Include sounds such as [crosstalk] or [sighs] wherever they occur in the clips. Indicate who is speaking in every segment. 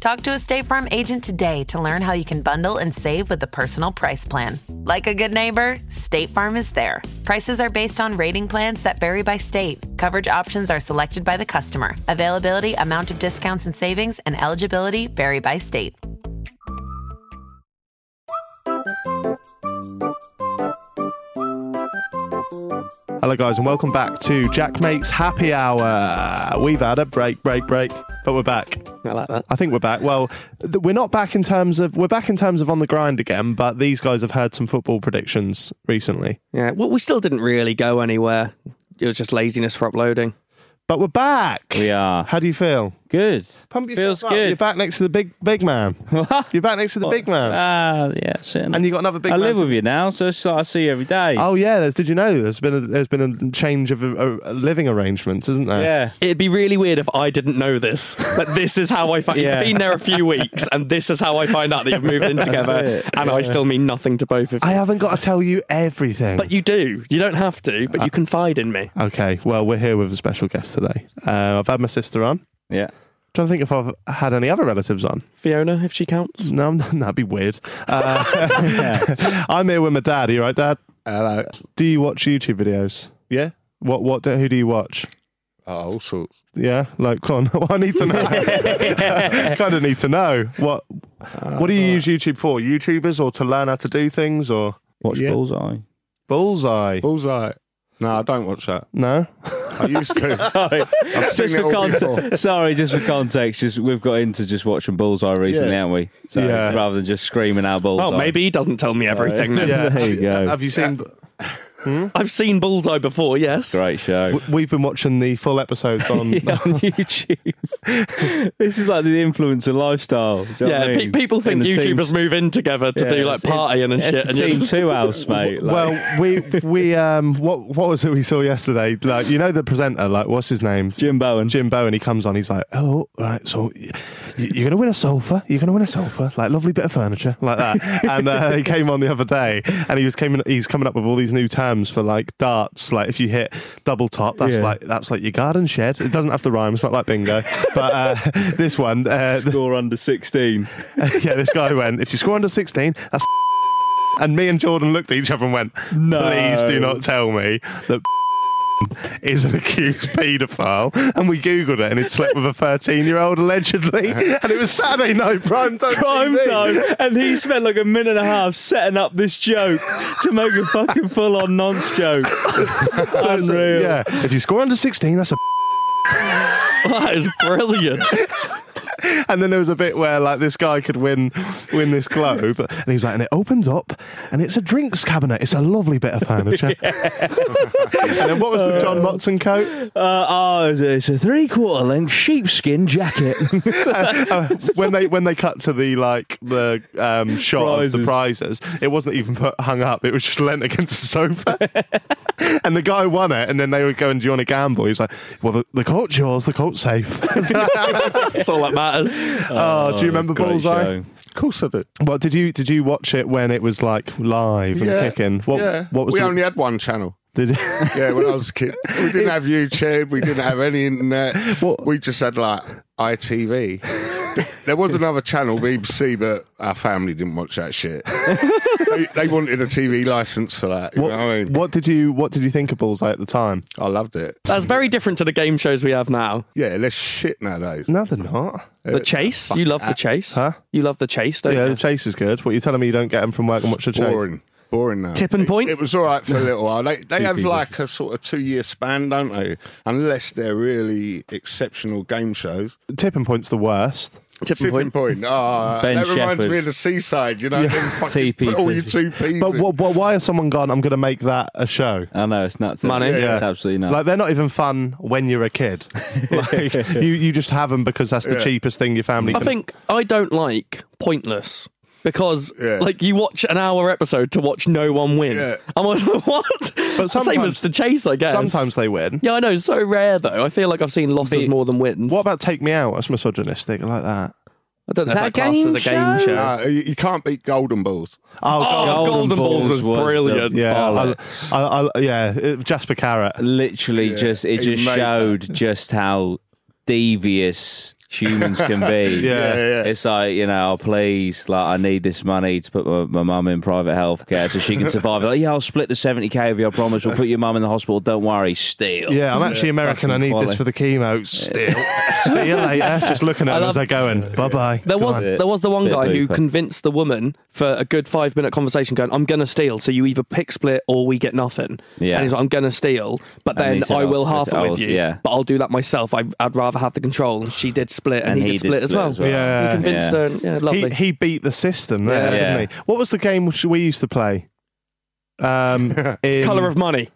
Speaker 1: Talk to a State Farm agent today to learn how you can bundle and save with the Personal Price Plan. Like a good neighbor, State Farm is there. Prices are based on rating plans that vary by state. Coverage options are selected by the customer. Availability, amount of discounts and savings, and eligibility vary by state.
Speaker 2: Hello, guys, and welcome back to Jack Makes Happy Hour. We've had a break, break, break, but we're back.
Speaker 3: I like that.
Speaker 2: I think we're back. Well, th- we're not back in terms of we're back in terms of on the grind again, but these guys have heard some football predictions recently.
Speaker 3: Yeah. Well, we still didn't really go anywhere. It was just laziness for uploading.
Speaker 2: But we're back.
Speaker 4: We are.
Speaker 2: How do you feel?
Speaker 4: Good.
Speaker 2: Pump yourself
Speaker 4: Feels
Speaker 2: up.
Speaker 4: good.
Speaker 2: You're back next to the big
Speaker 4: [laughs]
Speaker 2: big man. You're back next to the big man,
Speaker 4: Ah, yeah, shit.
Speaker 2: and you got another big.
Speaker 4: I
Speaker 2: man
Speaker 4: live
Speaker 2: to-
Speaker 4: with you now, so it's like I see you every day.
Speaker 2: Oh yeah, there's, did you know there's been a, there's been a change of uh uh living arrangements, isn't there?
Speaker 4: yeah.
Speaker 3: It'd be really weird if I didn't know this, but this is how I find.
Speaker 4: Yeah.
Speaker 3: It's been there a few weeks, and this is how I find out that you've [laughs] moved in together,
Speaker 4: it,
Speaker 3: and I still mean nothing to both of you.
Speaker 2: I haven't got to tell you everything.
Speaker 3: but you do. You don't have to, but you confide in me.
Speaker 2: okay, well we're here with a special guest today. Uh, I've had my sister on.
Speaker 4: Yeah.
Speaker 2: Trying to think if I've had any other relatives on.
Speaker 3: Fiona, if she counts.
Speaker 2: No, I'm [laughs] not- that'd be weird. Uh, [laughs] I'm here with my dad. You right, Dad?
Speaker 5: Hello.
Speaker 2: Do you watch YouTube videos?
Speaker 5: Yeah.
Speaker 2: What? What? Do, who do you watch?
Speaker 5: Oh, all sorts.
Speaker 2: Yeah, like con. [laughs] I need to know.
Speaker 5: [laughs]
Speaker 2: kind of need to know what. What do you use YouTube for? YouTubers or to learn how to do things or
Speaker 4: Watch
Speaker 5: Yeah.
Speaker 4: Bullseye.
Speaker 2: bullseye?
Speaker 5: Bullseye. No, I don't watch that.
Speaker 2: No.
Speaker 5: I used
Speaker 2: [laughs]
Speaker 5: to.
Speaker 4: Sorry.
Speaker 5: I've seen
Speaker 4: just
Speaker 5: it
Speaker 4: for
Speaker 5: all
Speaker 4: context.
Speaker 3: [laughs]
Speaker 5: before.
Speaker 4: Sorry, just for context. Just we've got into just watching Bullseye recently,
Speaker 5: Yeah.
Speaker 4: haven't we? So
Speaker 2: Yeah.
Speaker 4: rather than just screaming out Bullseye.
Speaker 3: Oh, maybe he doesn't tell me everything. then.
Speaker 2: Yeah.
Speaker 4: There you go.
Speaker 2: Have you seen?
Speaker 3: I've seen Bullseye before, yes.
Speaker 4: Great show.
Speaker 2: w- We've been watching the full episodes
Speaker 4: [laughs]
Speaker 2: on.
Speaker 4: Yeah, [laughs] on YouTube. [laughs] this is like the influencer lifestyle. do you know
Speaker 3: Yeah,
Speaker 4: what I
Speaker 3: pe-
Speaker 4: mean?
Speaker 3: people think
Speaker 4: In the team-
Speaker 3: YouTubers move in together to
Speaker 4: Yeah,
Speaker 3: do like
Speaker 4: it's in-
Speaker 3: partying and
Speaker 4: it's
Speaker 3: shit.
Speaker 4: the
Speaker 3: and you're
Speaker 4: team
Speaker 3: just-
Speaker 4: two house, mate. like-
Speaker 2: [laughs] Well, we we um what what was it we saw yesterday? Like you know the presenter, like what's his name?
Speaker 4: Jim Bowen.
Speaker 2: Jim Bowen, he comes on, he's like, oh, right, so y- you're going to win a sofa. You're going to win a sofa, like lovely bit of furniture,
Speaker 4: [laughs]
Speaker 2: like that. And uh, he came on the other day and he was coming, he's coming up with all these new terms for like darts. Like if you hit double top, that's
Speaker 4: Yeah.
Speaker 2: like, that's like your garden shed. It doesn't have to rhyme. It's not like bingo. But uh, [laughs] this one, uh,
Speaker 4: Score under 16.
Speaker 2: [laughs] yeah, this guy went, if you score under 16, that's. [laughs] And me and Jordan looked at each other and went,
Speaker 4: No.
Speaker 2: please do not tell me that [laughs] is an accused [laughs] paedophile. And we Googled it and he'd slept with a 13 year
Speaker 4: [laughs]
Speaker 2: old allegedly. And it was Saturday night, prime time.
Speaker 4: prime
Speaker 2: TV.
Speaker 4: time, and he spent like a minute and a half setting up this joke to make a fucking full on nonce joke. Unreal.
Speaker 2: Yeah, if you score under 16, that's a. [laughs]
Speaker 3: that is brilliant.
Speaker 2: And then there was a bit where like this guy could win, win this globe, and he's like, and it opens up, and it's a drinks cabinet. It's a lovely bit of
Speaker 4: [laughs]
Speaker 2: furniture. [laughs] and then what was the John Motson coat?
Speaker 4: [laughs] Uh, oh, it's a- it's a three quarter length sheepskin jacket.
Speaker 2: Uh, when they when they cut to the like the um, shot of the prizes, it wasn't even put, hung up. It was just lent against the sofa, [laughs] and the guy won it. And then they were going, "Do you want to gamble?" He's like, "Well, the, the coat's yours. The coat's
Speaker 3: [laughs]
Speaker 2: safe." [laughs]
Speaker 3: That's all that matters. [laughs]
Speaker 2: oh, do you remember
Speaker 4: great
Speaker 2: Bullseye?
Speaker 4: show.
Speaker 2: Of course I do. Well, did you did you watch it when it was like live and kicking? What
Speaker 5: yeah.
Speaker 2: what was
Speaker 5: we
Speaker 2: the,
Speaker 5: only had one channel.
Speaker 2: did,
Speaker 5: Yeah, when I was a kid. We didn't have YouTube. We didn't have any internet.
Speaker 2: What-
Speaker 5: We just had like ITV. There was another channel, BBC, but our family didn't watch that shit. they, they wanted a TV license for that. You
Speaker 2: what,
Speaker 5: know what I mean?
Speaker 2: what did you what did you think of Bullseye at the time?
Speaker 5: I loved it.
Speaker 3: That's very different to the game shows we have now.
Speaker 5: Yeah, less shit nowadays.
Speaker 2: No, they're not.
Speaker 3: The Chase. You love The Chase.
Speaker 2: Uh, Huh?
Speaker 3: You love The Chase, don't
Speaker 2: Yeah,
Speaker 3: you?
Speaker 2: the chase is good. What you telling me you don't get them from work and watch the chase?
Speaker 5: Boring. boring now.
Speaker 3: Tip and
Speaker 5: It-
Speaker 3: point?
Speaker 5: It, was all right for a little while. They, they have
Speaker 2: people.
Speaker 5: like a sort of two year span, don't they? Unless they're really exceptional game shows.
Speaker 2: Tip and point's the worst.
Speaker 3: Tipping
Speaker 5: Tipping
Speaker 3: point.
Speaker 5: point. Ah,
Speaker 4: Ben
Speaker 5: that reminds
Speaker 4: Shepherd.
Speaker 5: me of the seaside. You know, them [laughs] fucking,
Speaker 4: TP.
Speaker 5: put all your two P's.
Speaker 2: But
Speaker 5: in.
Speaker 2: wh- wh- why has someone gone? I'm going to make that a show.
Speaker 4: [laughs] I know it's nuts. isn't
Speaker 3: Money.
Speaker 4: it?
Speaker 2: Yeah.
Speaker 4: It's absolutely nuts.
Speaker 2: Like they're not even fun when you're
Speaker 5: [laughs]
Speaker 2: a kid. Like you, you just have them because that's the
Speaker 5: Yeah.
Speaker 2: cheapest thing your family.
Speaker 3: I
Speaker 2: can-
Speaker 3: think I don't like pointless because
Speaker 5: Yeah.
Speaker 3: like you watch an hour episode to watch no one win.
Speaker 5: Yeah.
Speaker 3: I'm like [laughs] what? Same
Speaker 2: But sometimes-
Speaker 3: as the chase, I guess.
Speaker 2: sometimes they win.
Speaker 3: Yeah, I know. So rare though. I feel like I've seen losses
Speaker 4: Be-
Speaker 3: more than wins.
Speaker 2: What about take me out? That's misogynistic. I like that.
Speaker 3: I don't know
Speaker 4: Is
Speaker 3: if
Speaker 4: that
Speaker 3: that
Speaker 4: a game
Speaker 3: class as a game
Speaker 4: show?
Speaker 3: show.
Speaker 5: Uh, you you can't beat Golden Balls.
Speaker 2: Oh,
Speaker 3: Oh,
Speaker 2: God.
Speaker 3: Golden, Balls, was,
Speaker 4: the
Speaker 3: brilliant.
Speaker 2: yeah,
Speaker 4: bollocks.
Speaker 2: I, I, I, yeah. it- Jasper Carrot.
Speaker 4: literally
Speaker 5: Yeah,
Speaker 4: just it
Speaker 5: he
Speaker 4: just
Speaker 5: made
Speaker 4: showed
Speaker 2: [laughs]
Speaker 4: just how devious humans can be.
Speaker 2: [laughs]
Speaker 5: Yeah,
Speaker 2: Yeah.
Speaker 5: yeah.
Speaker 4: It's like, you know, oh, please, like, I need this money to put my, my mum in private health care so
Speaker 2: [laughs]
Speaker 4: she can survive. like, yeah, I'll split the 70K of you, I promise. We'll put your mum in the hospital. Don't worry, steal.
Speaker 2: Yeah, I'm actually American. I
Speaker 4: Fucking
Speaker 2: need
Speaker 4: quality.
Speaker 2: this for the chemo. Still, see you later. Just looking at them as
Speaker 3: love-
Speaker 2: they're going. Bye bye.
Speaker 3: [laughs] There was
Speaker 4: on.
Speaker 3: there was the one
Speaker 4: Bit
Speaker 3: guy who
Speaker 4: deeper.
Speaker 3: convinced the woman for a good five minute conversation, going, "I'm gonna steal, so you either pick split or we get nothing."
Speaker 4: Yeah.
Speaker 3: And he's like, "I'm gonna steal, but
Speaker 4: And he
Speaker 3: then
Speaker 4: said,
Speaker 3: I
Speaker 4: "I'll
Speaker 3: will
Speaker 4: split
Speaker 3: half
Speaker 4: it,
Speaker 3: it
Speaker 4: I'll
Speaker 3: with
Speaker 4: s-
Speaker 3: you,
Speaker 4: yeah.
Speaker 3: but I'll do that myself. I, I'd rather have the control." And she did split, and, he, did, split, as well.
Speaker 2: Yeah.
Speaker 3: He convinced
Speaker 4: Yeah.
Speaker 3: her. and- Yeah, lovely.
Speaker 2: He, he beat the system there,
Speaker 3: Yeah.
Speaker 2: didn't
Speaker 4: Yeah.
Speaker 2: he? What was the game which we used to play? Um, in,
Speaker 3: Color of money.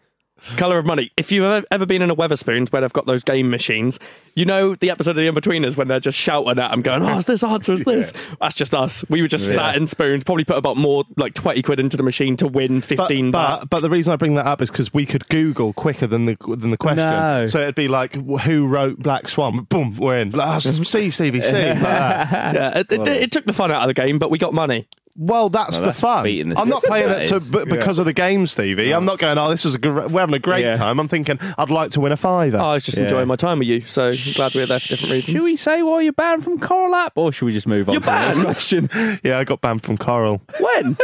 Speaker 3: Color of money. If you've ever- ever been in a Weatherspoons where they've got those game machines, you know the episode of The Inbetweeners when they're just shouting at them, going, "Oh, is this answer?
Speaker 2: [laughs]
Speaker 3: Is this?" That's just us. We were just sat in spoons, probably put about more like twenty quid into the machine to win
Speaker 2: but,
Speaker 3: fifteen. baht. [laughs]
Speaker 2: but but the reason I bring that up is because we could Google quicker than the than the question,
Speaker 4: No.
Speaker 2: so it'd be like wh- who wrote Black Swan? Boom, we're in. Like, oh, C CVC. like
Speaker 3: [laughs]
Speaker 2: that.
Speaker 3: yeah, it, it, it took the fun out of the game, but we got money.
Speaker 2: Well, Oh, that's the
Speaker 4: that's
Speaker 2: fun.
Speaker 4: beating the
Speaker 2: I'm not
Speaker 4: system,
Speaker 2: playing
Speaker 4: that
Speaker 2: it to,
Speaker 4: is.
Speaker 2: b- because of the game, Stevie. I'm not going. Oh, this is a good. We're having a great
Speaker 4: Yeah. Oh.
Speaker 2: time. I'm thinking I'd like to win a fiver.
Speaker 3: I was just
Speaker 4: Yeah.
Speaker 3: enjoying my time with you, so I'm glad we were there for different reasons.
Speaker 4: Should
Speaker 3: [laughs]
Speaker 4: we say why you're banned from Coral App or should we just move on
Speaker 3: You're
Speaker 4: to the next
Speaker 3: banned?
Speaker 4: question?
Speaker 2: yeah, I got banned from Coral. [laughs]
Speaker 3: when?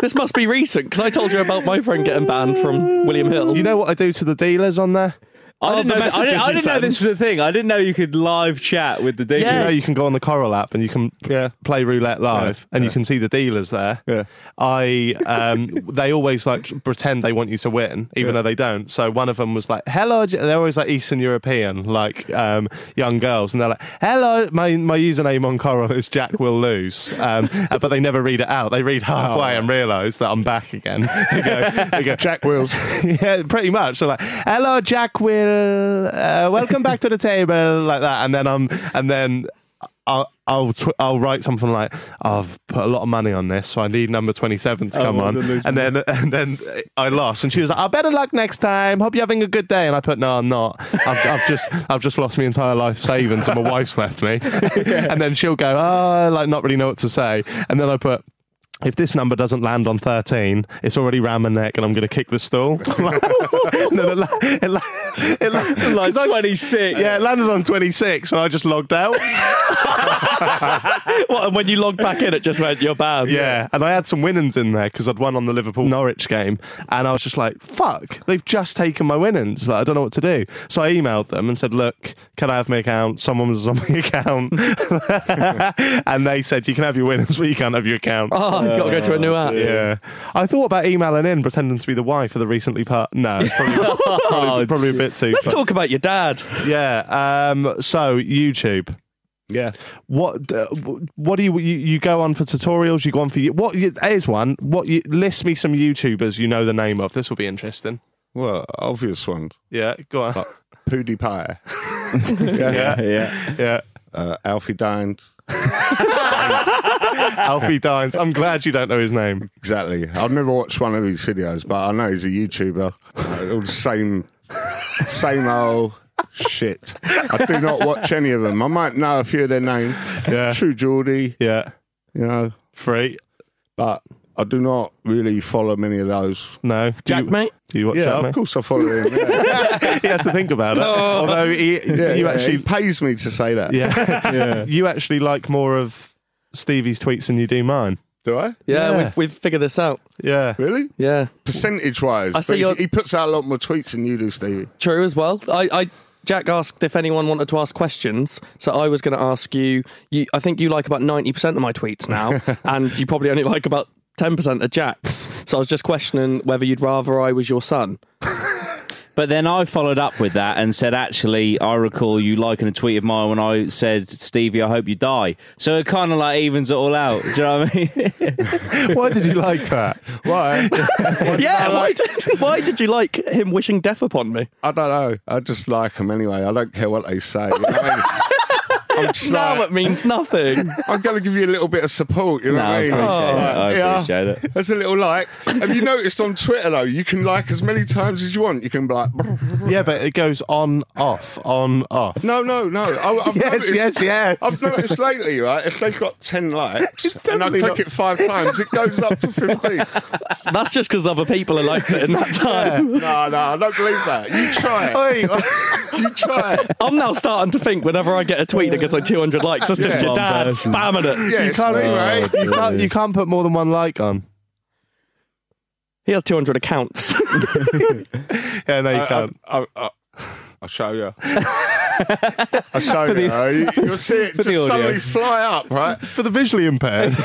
Speaker 3: this must be recent because I told you about my friend getting banned from William Hill.
Speaker 2: You know what I do to the dealers on there?
Speaker 4: I
Speaker 3: Oh, the
Speaker 4: know, I
Speaker 3: messages
Speaker 4: didn't, I
Speaker 3: you
Speaker 4: didn't know
Speaker 3: send.
Speaker 4: this was a thing. I didn't know you could live chat with the DJ.
Speaker 2: you
Speaker 3: Yeah.
Speaker 2: know you can go on the Coral app and you can
Speaker 5: Yeah.
Speaker 2: play roulette live and you can see the dealers there.
Speaker 5: Yeah.
Speaker 2: I um, they always like tr- pretend they want you to win even though they don't. So one of them was like, "Hello," J-" they're always like Eastern European, like um, young girls, and they're like, "Hello, my my username on Coral is Jack will lose," um, [laughs] uh, but they never read it out. They read halfway
Speaker 5: Oh.
Speaker 2: and realise that I'm back again. [laughs] They go, they go Jack
Speaker 5: Wills.
Speaker 2: [laughs] yeah, pretty much. So like, hello, Jack. Will uh, welcome back to the table, like that. And then um, and then I'll I'll, tw- I'll write something like, I've put a lot of money on this, so I need number twenty seven to come on. And then and then I lost, and she was like, I better luck next time. Hope you're having a good day. And I put, no, I'm not. I've, I've just I've just lost my entire life savings, and my wife's left me. [laughs] and then she'll go, oh, like not really know what to say. And then I put. If this number doesn't land on 13, it's already round my neck and I'm going to kick the stool. [laughs] no, it, la- it, la- it, la-
Speaker 4: [laughs] Like 26.
Speaker 2: yeah, it landed on 26 and I just logged out.
Speaker 3: What, and when you logged back in, it just went, "You're banned." [laughs]
Speaker 2: Yeah, and I had some winnings in there because I'd won on the Liverpool Norwich game, and I was just like, "Fuck, they've just taken my winnings. Like, I don't know what to do." So I emailed them and said, "Look, can I have my account?" Someone was on my [laughs] account, and they said, "You can have your winnings, but you can't have your account."
Speaker 3: Oh, you got to go to a new app.
Speaker 2: Yeah, I thought about emailing in, pretending to be the wife of the recently part. No, it's probably,
Speaker 3: [laughs]
Speaker 4: Oh,
Speaker 2: probably, probably a bit too.
Speaker 3: Oh, Let's
Speaker 2: but-
Speaker 3: talk about your dad.
Speaker 2: Yeah. Um, so YouTube.
Speaker 5: Yeah.
Speaker 2: What uh, what do you, you you go on for tutorials? You go on for you- what? You, here's one. What you, list me some YouTubers you know the name of. This will be interesting.
Speaker 5: Well, obvious ones.
Speaker 2: Yeah, go on.
Speaker 5: PewDiePie. [laughs]
Speaker 2: Yeah,
Speaker 4: Yeah.
Speaker 2: yeah.
Speaker 5: Uh, Alfie Dines.
Speaker 2: Alfie Dines. I'm glad you don't know his name.
Speaker 5: Exactly. I've never watched one of his videos, but I know he's a YouTuber. Uh, all the same, same old shit. I do not watch any of them. I might know a few of their names.
Speaker 2: Yeah.
Speaker 5: True Geordie,
Speaker 2: Yeah,
Speaker 5: you know,
Speaker 2: free.
Speaker 5: but I do not really follow many of those.
Speaker 2: No, do
Speaker 3: Jack,
Speaker 2: you,
Speaker 3: mate.
Speaker 2: Do you watch
Speaker 5: yeah,
Speaker 2: that?
Speaker 5: of
Speaker 2: mate?
Speaker 5: course I follow him.
Speaker 2: [laughs]
Speaker 5: Yeah,
Speaker 2: he had to think about it. Although he,
Speaker 5: [laughs] yeah,
Speaker 2: you
Speaker 5: yeah,
Speaker 2: actually,
Speaker 5: he pays me to say that. [laughs]
Speaker 2: [laughs] yeah, you actually like more of Stevie's tweets than you do mine.
Speaker 5: Do I?
Speaker 3: Yeah,
Speaker 2: Yeah.
Speaker 3: We've, we've figured this out.
Speaker 2: Yeah.
Speaker 5: Really?
Speaker 3: Yeah,
Speaker 5: Percentage wise,
Speaker 3: I see you're-
Speaker 5: he puts out a lot more tweets than you do, Stevie.
Speaker 3: true as well. I, I Jack asked if anyone wanted to ask questions, so I
Speaker 4: [laughs]
Speaker 3: was going to ask you, you. I think you like about ninety percent of my tweets now, and you probably only like about ten percent of Jack's. So I was just questioning whether you'd rather I was your son.
Speaker 4: But then I followed up with that and said, actually, I recall you liking a tweet of mine when I said, Stevie, I hope you die. So it kind of like evens it all out. Do you know what I mean?
Speaker 2: Why did you like
Speaker 5: [laughs]
Speaker 2: that? Why?
Speaker 3: yeah, why did, [laughs] why did you like him wishing death upon me?
Speaker 5: I don't know. I just like them anyway. I don't care what they say. You know what I
Speaker 2: [laughs]
Speaker 5: mean? I'm just
Speaker 3: Now
Speaker 5: like,
Speaker 3: it means nothing.
Speaker 5: I'm going to give you a little bit of support. You know
Speaker 4: No,
Speaker 5: what I
Speaker 4: I
Speaker 5: mean?
Speaker 4: appreciate it. I
Speaker 5: Yeah.
Speaker 4: appreciate it.
Speaker 5: That's a little like. Have you noticed on Twitter though? You can like as many times as you want. You can be like,
Speaker 2: [laughs] yeah, but it goes on, off, on, off.
Speaker 5: no, no, no. I, I've
Speaker 2: [laughs] Yes,
Speaker 5: noticed,
Speaker 2: yes, yes.
Speaker 5: I've noticed lately, right? If they've got ten likes and I
Speaker 2: definitely
Speaker 5: click
Speaker 2: not-
Speaker 5: it five times, it goes up to
Speaker 2: [laughs]
Speaker 5: fifteen.
Speaker 3: [laughs] That's just because other people are like it in that time.
Speaker 5: no, no, I don't believe that. You try it.
Speaker 2: [laughs] Oi,
Speaker 5: You try it.
Speaker 3: I'm now starting to think whenever I get a tweet that gets like 200 likes, that's just
Speaker 5: Yeah.
Speaker 3: your
Speaker 4: One
Speaker 3: dad
Speaker 4: person.
Speaker 3: spamming it.
Speaker 5: Yeah,
Speaker 2: you
Speaker 5: it's
Speaker 2: can't,
Speaker 5: me, right?
Speaker 2: you, can't, you can't put more than one like on.
Speaker 3: He has 200 accounts. [laughs]
Speaker 2: Yeah,
Speaker 5: Uh,
Speaker 2: no, you can't.
Speaker 5: I, I, will uh, show
Speaker 2: [laughs]
Speaker 5: you. I'll show you. uh, you. You'll see
Speaker 2: [laughs]
Speaker 5: it just suddenly fly up, right?
Speaker 2: uh, For the visually [laughs] impaired,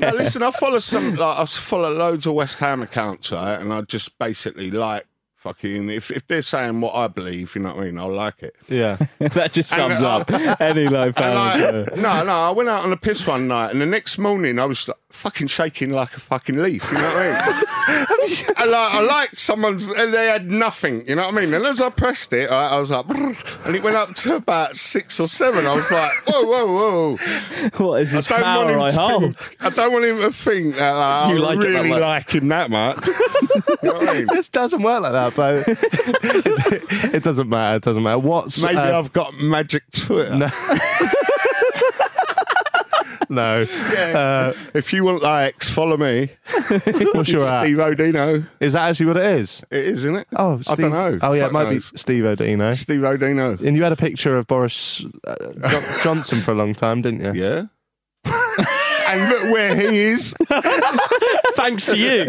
Speaker 5: now, listen, I follow some. Like, I follow loads of West Ham accounts, right? And I just basically like fucking. If, if they're saying what I believe, you know what I mean. I like it.
Speaker 2: yeah.
Speaker 4: that just
Speaker 5: And,
Speaker 4: sums
Speaker 5: uh,
Speaker 3: [laughs]
Speaker 4: up any low
Speaker 5: And
Speaker 4: fan.
Speaker 5: like, no, no, I went out on a piss one night, and the next morning I was like, fucking shaking like a fucking leaf. You know what I mean? and like, I liked someone's, and they had nothing. You know what I mean? And as I pressed it, I, I was like, [laughs] "Brrr," and it went up to about six or seven. I was like, whoa, whoa, whoa.
Speaker 4: [laughs] What is this
Speaker 5: I don't
Speaker 4: power I
Speaker 5: want him to
Speaker 4: hold?
Speaker 5: think. I don't want him to think that like,
Speaker 3: You
Speaker 5: I
Speaker 3: like it that
Speaker 5: really
Speaker 3: much.
Speaker 5: like him that much. [laughs] you know what I mean?
Speaker 2: this doesn't work like that, but [laughs] it, doesn't matter. It doesn't matter. What's
Speaker 5: Maybe
Speaker 2: uh,
Speaker 5: I've got magic Twitter.
Speaker 2: no? [laughs] Uh,
Speaker 5: Yeah. if you want likes, follow me.
Speaker 2: What's your at?
Speaker 5: Steve Odino.
Speaker 2: Is that actually what it is?
Speaker 5: It is, isn't it?
Speaker 2: Uh, Oh, Steve.
Speaker 5: I don't know.
Speaker 2: Oh, yeah,
Speaker 5: Fuck
Speaker 2: it might
Speaker 5: knows.
Speaker 2: be Steve Odino.
Speaker 5: Steve Odino.
Speaker 2: And you had a picture of Boris uh, Jo- [laughs] Johnson for a long time, didn't you?
Speaker 5: Yeah. [laughs] and look where he
Speaker 2: [laughs]
Speaker 5: is.
Speaker 3: Thanks to you.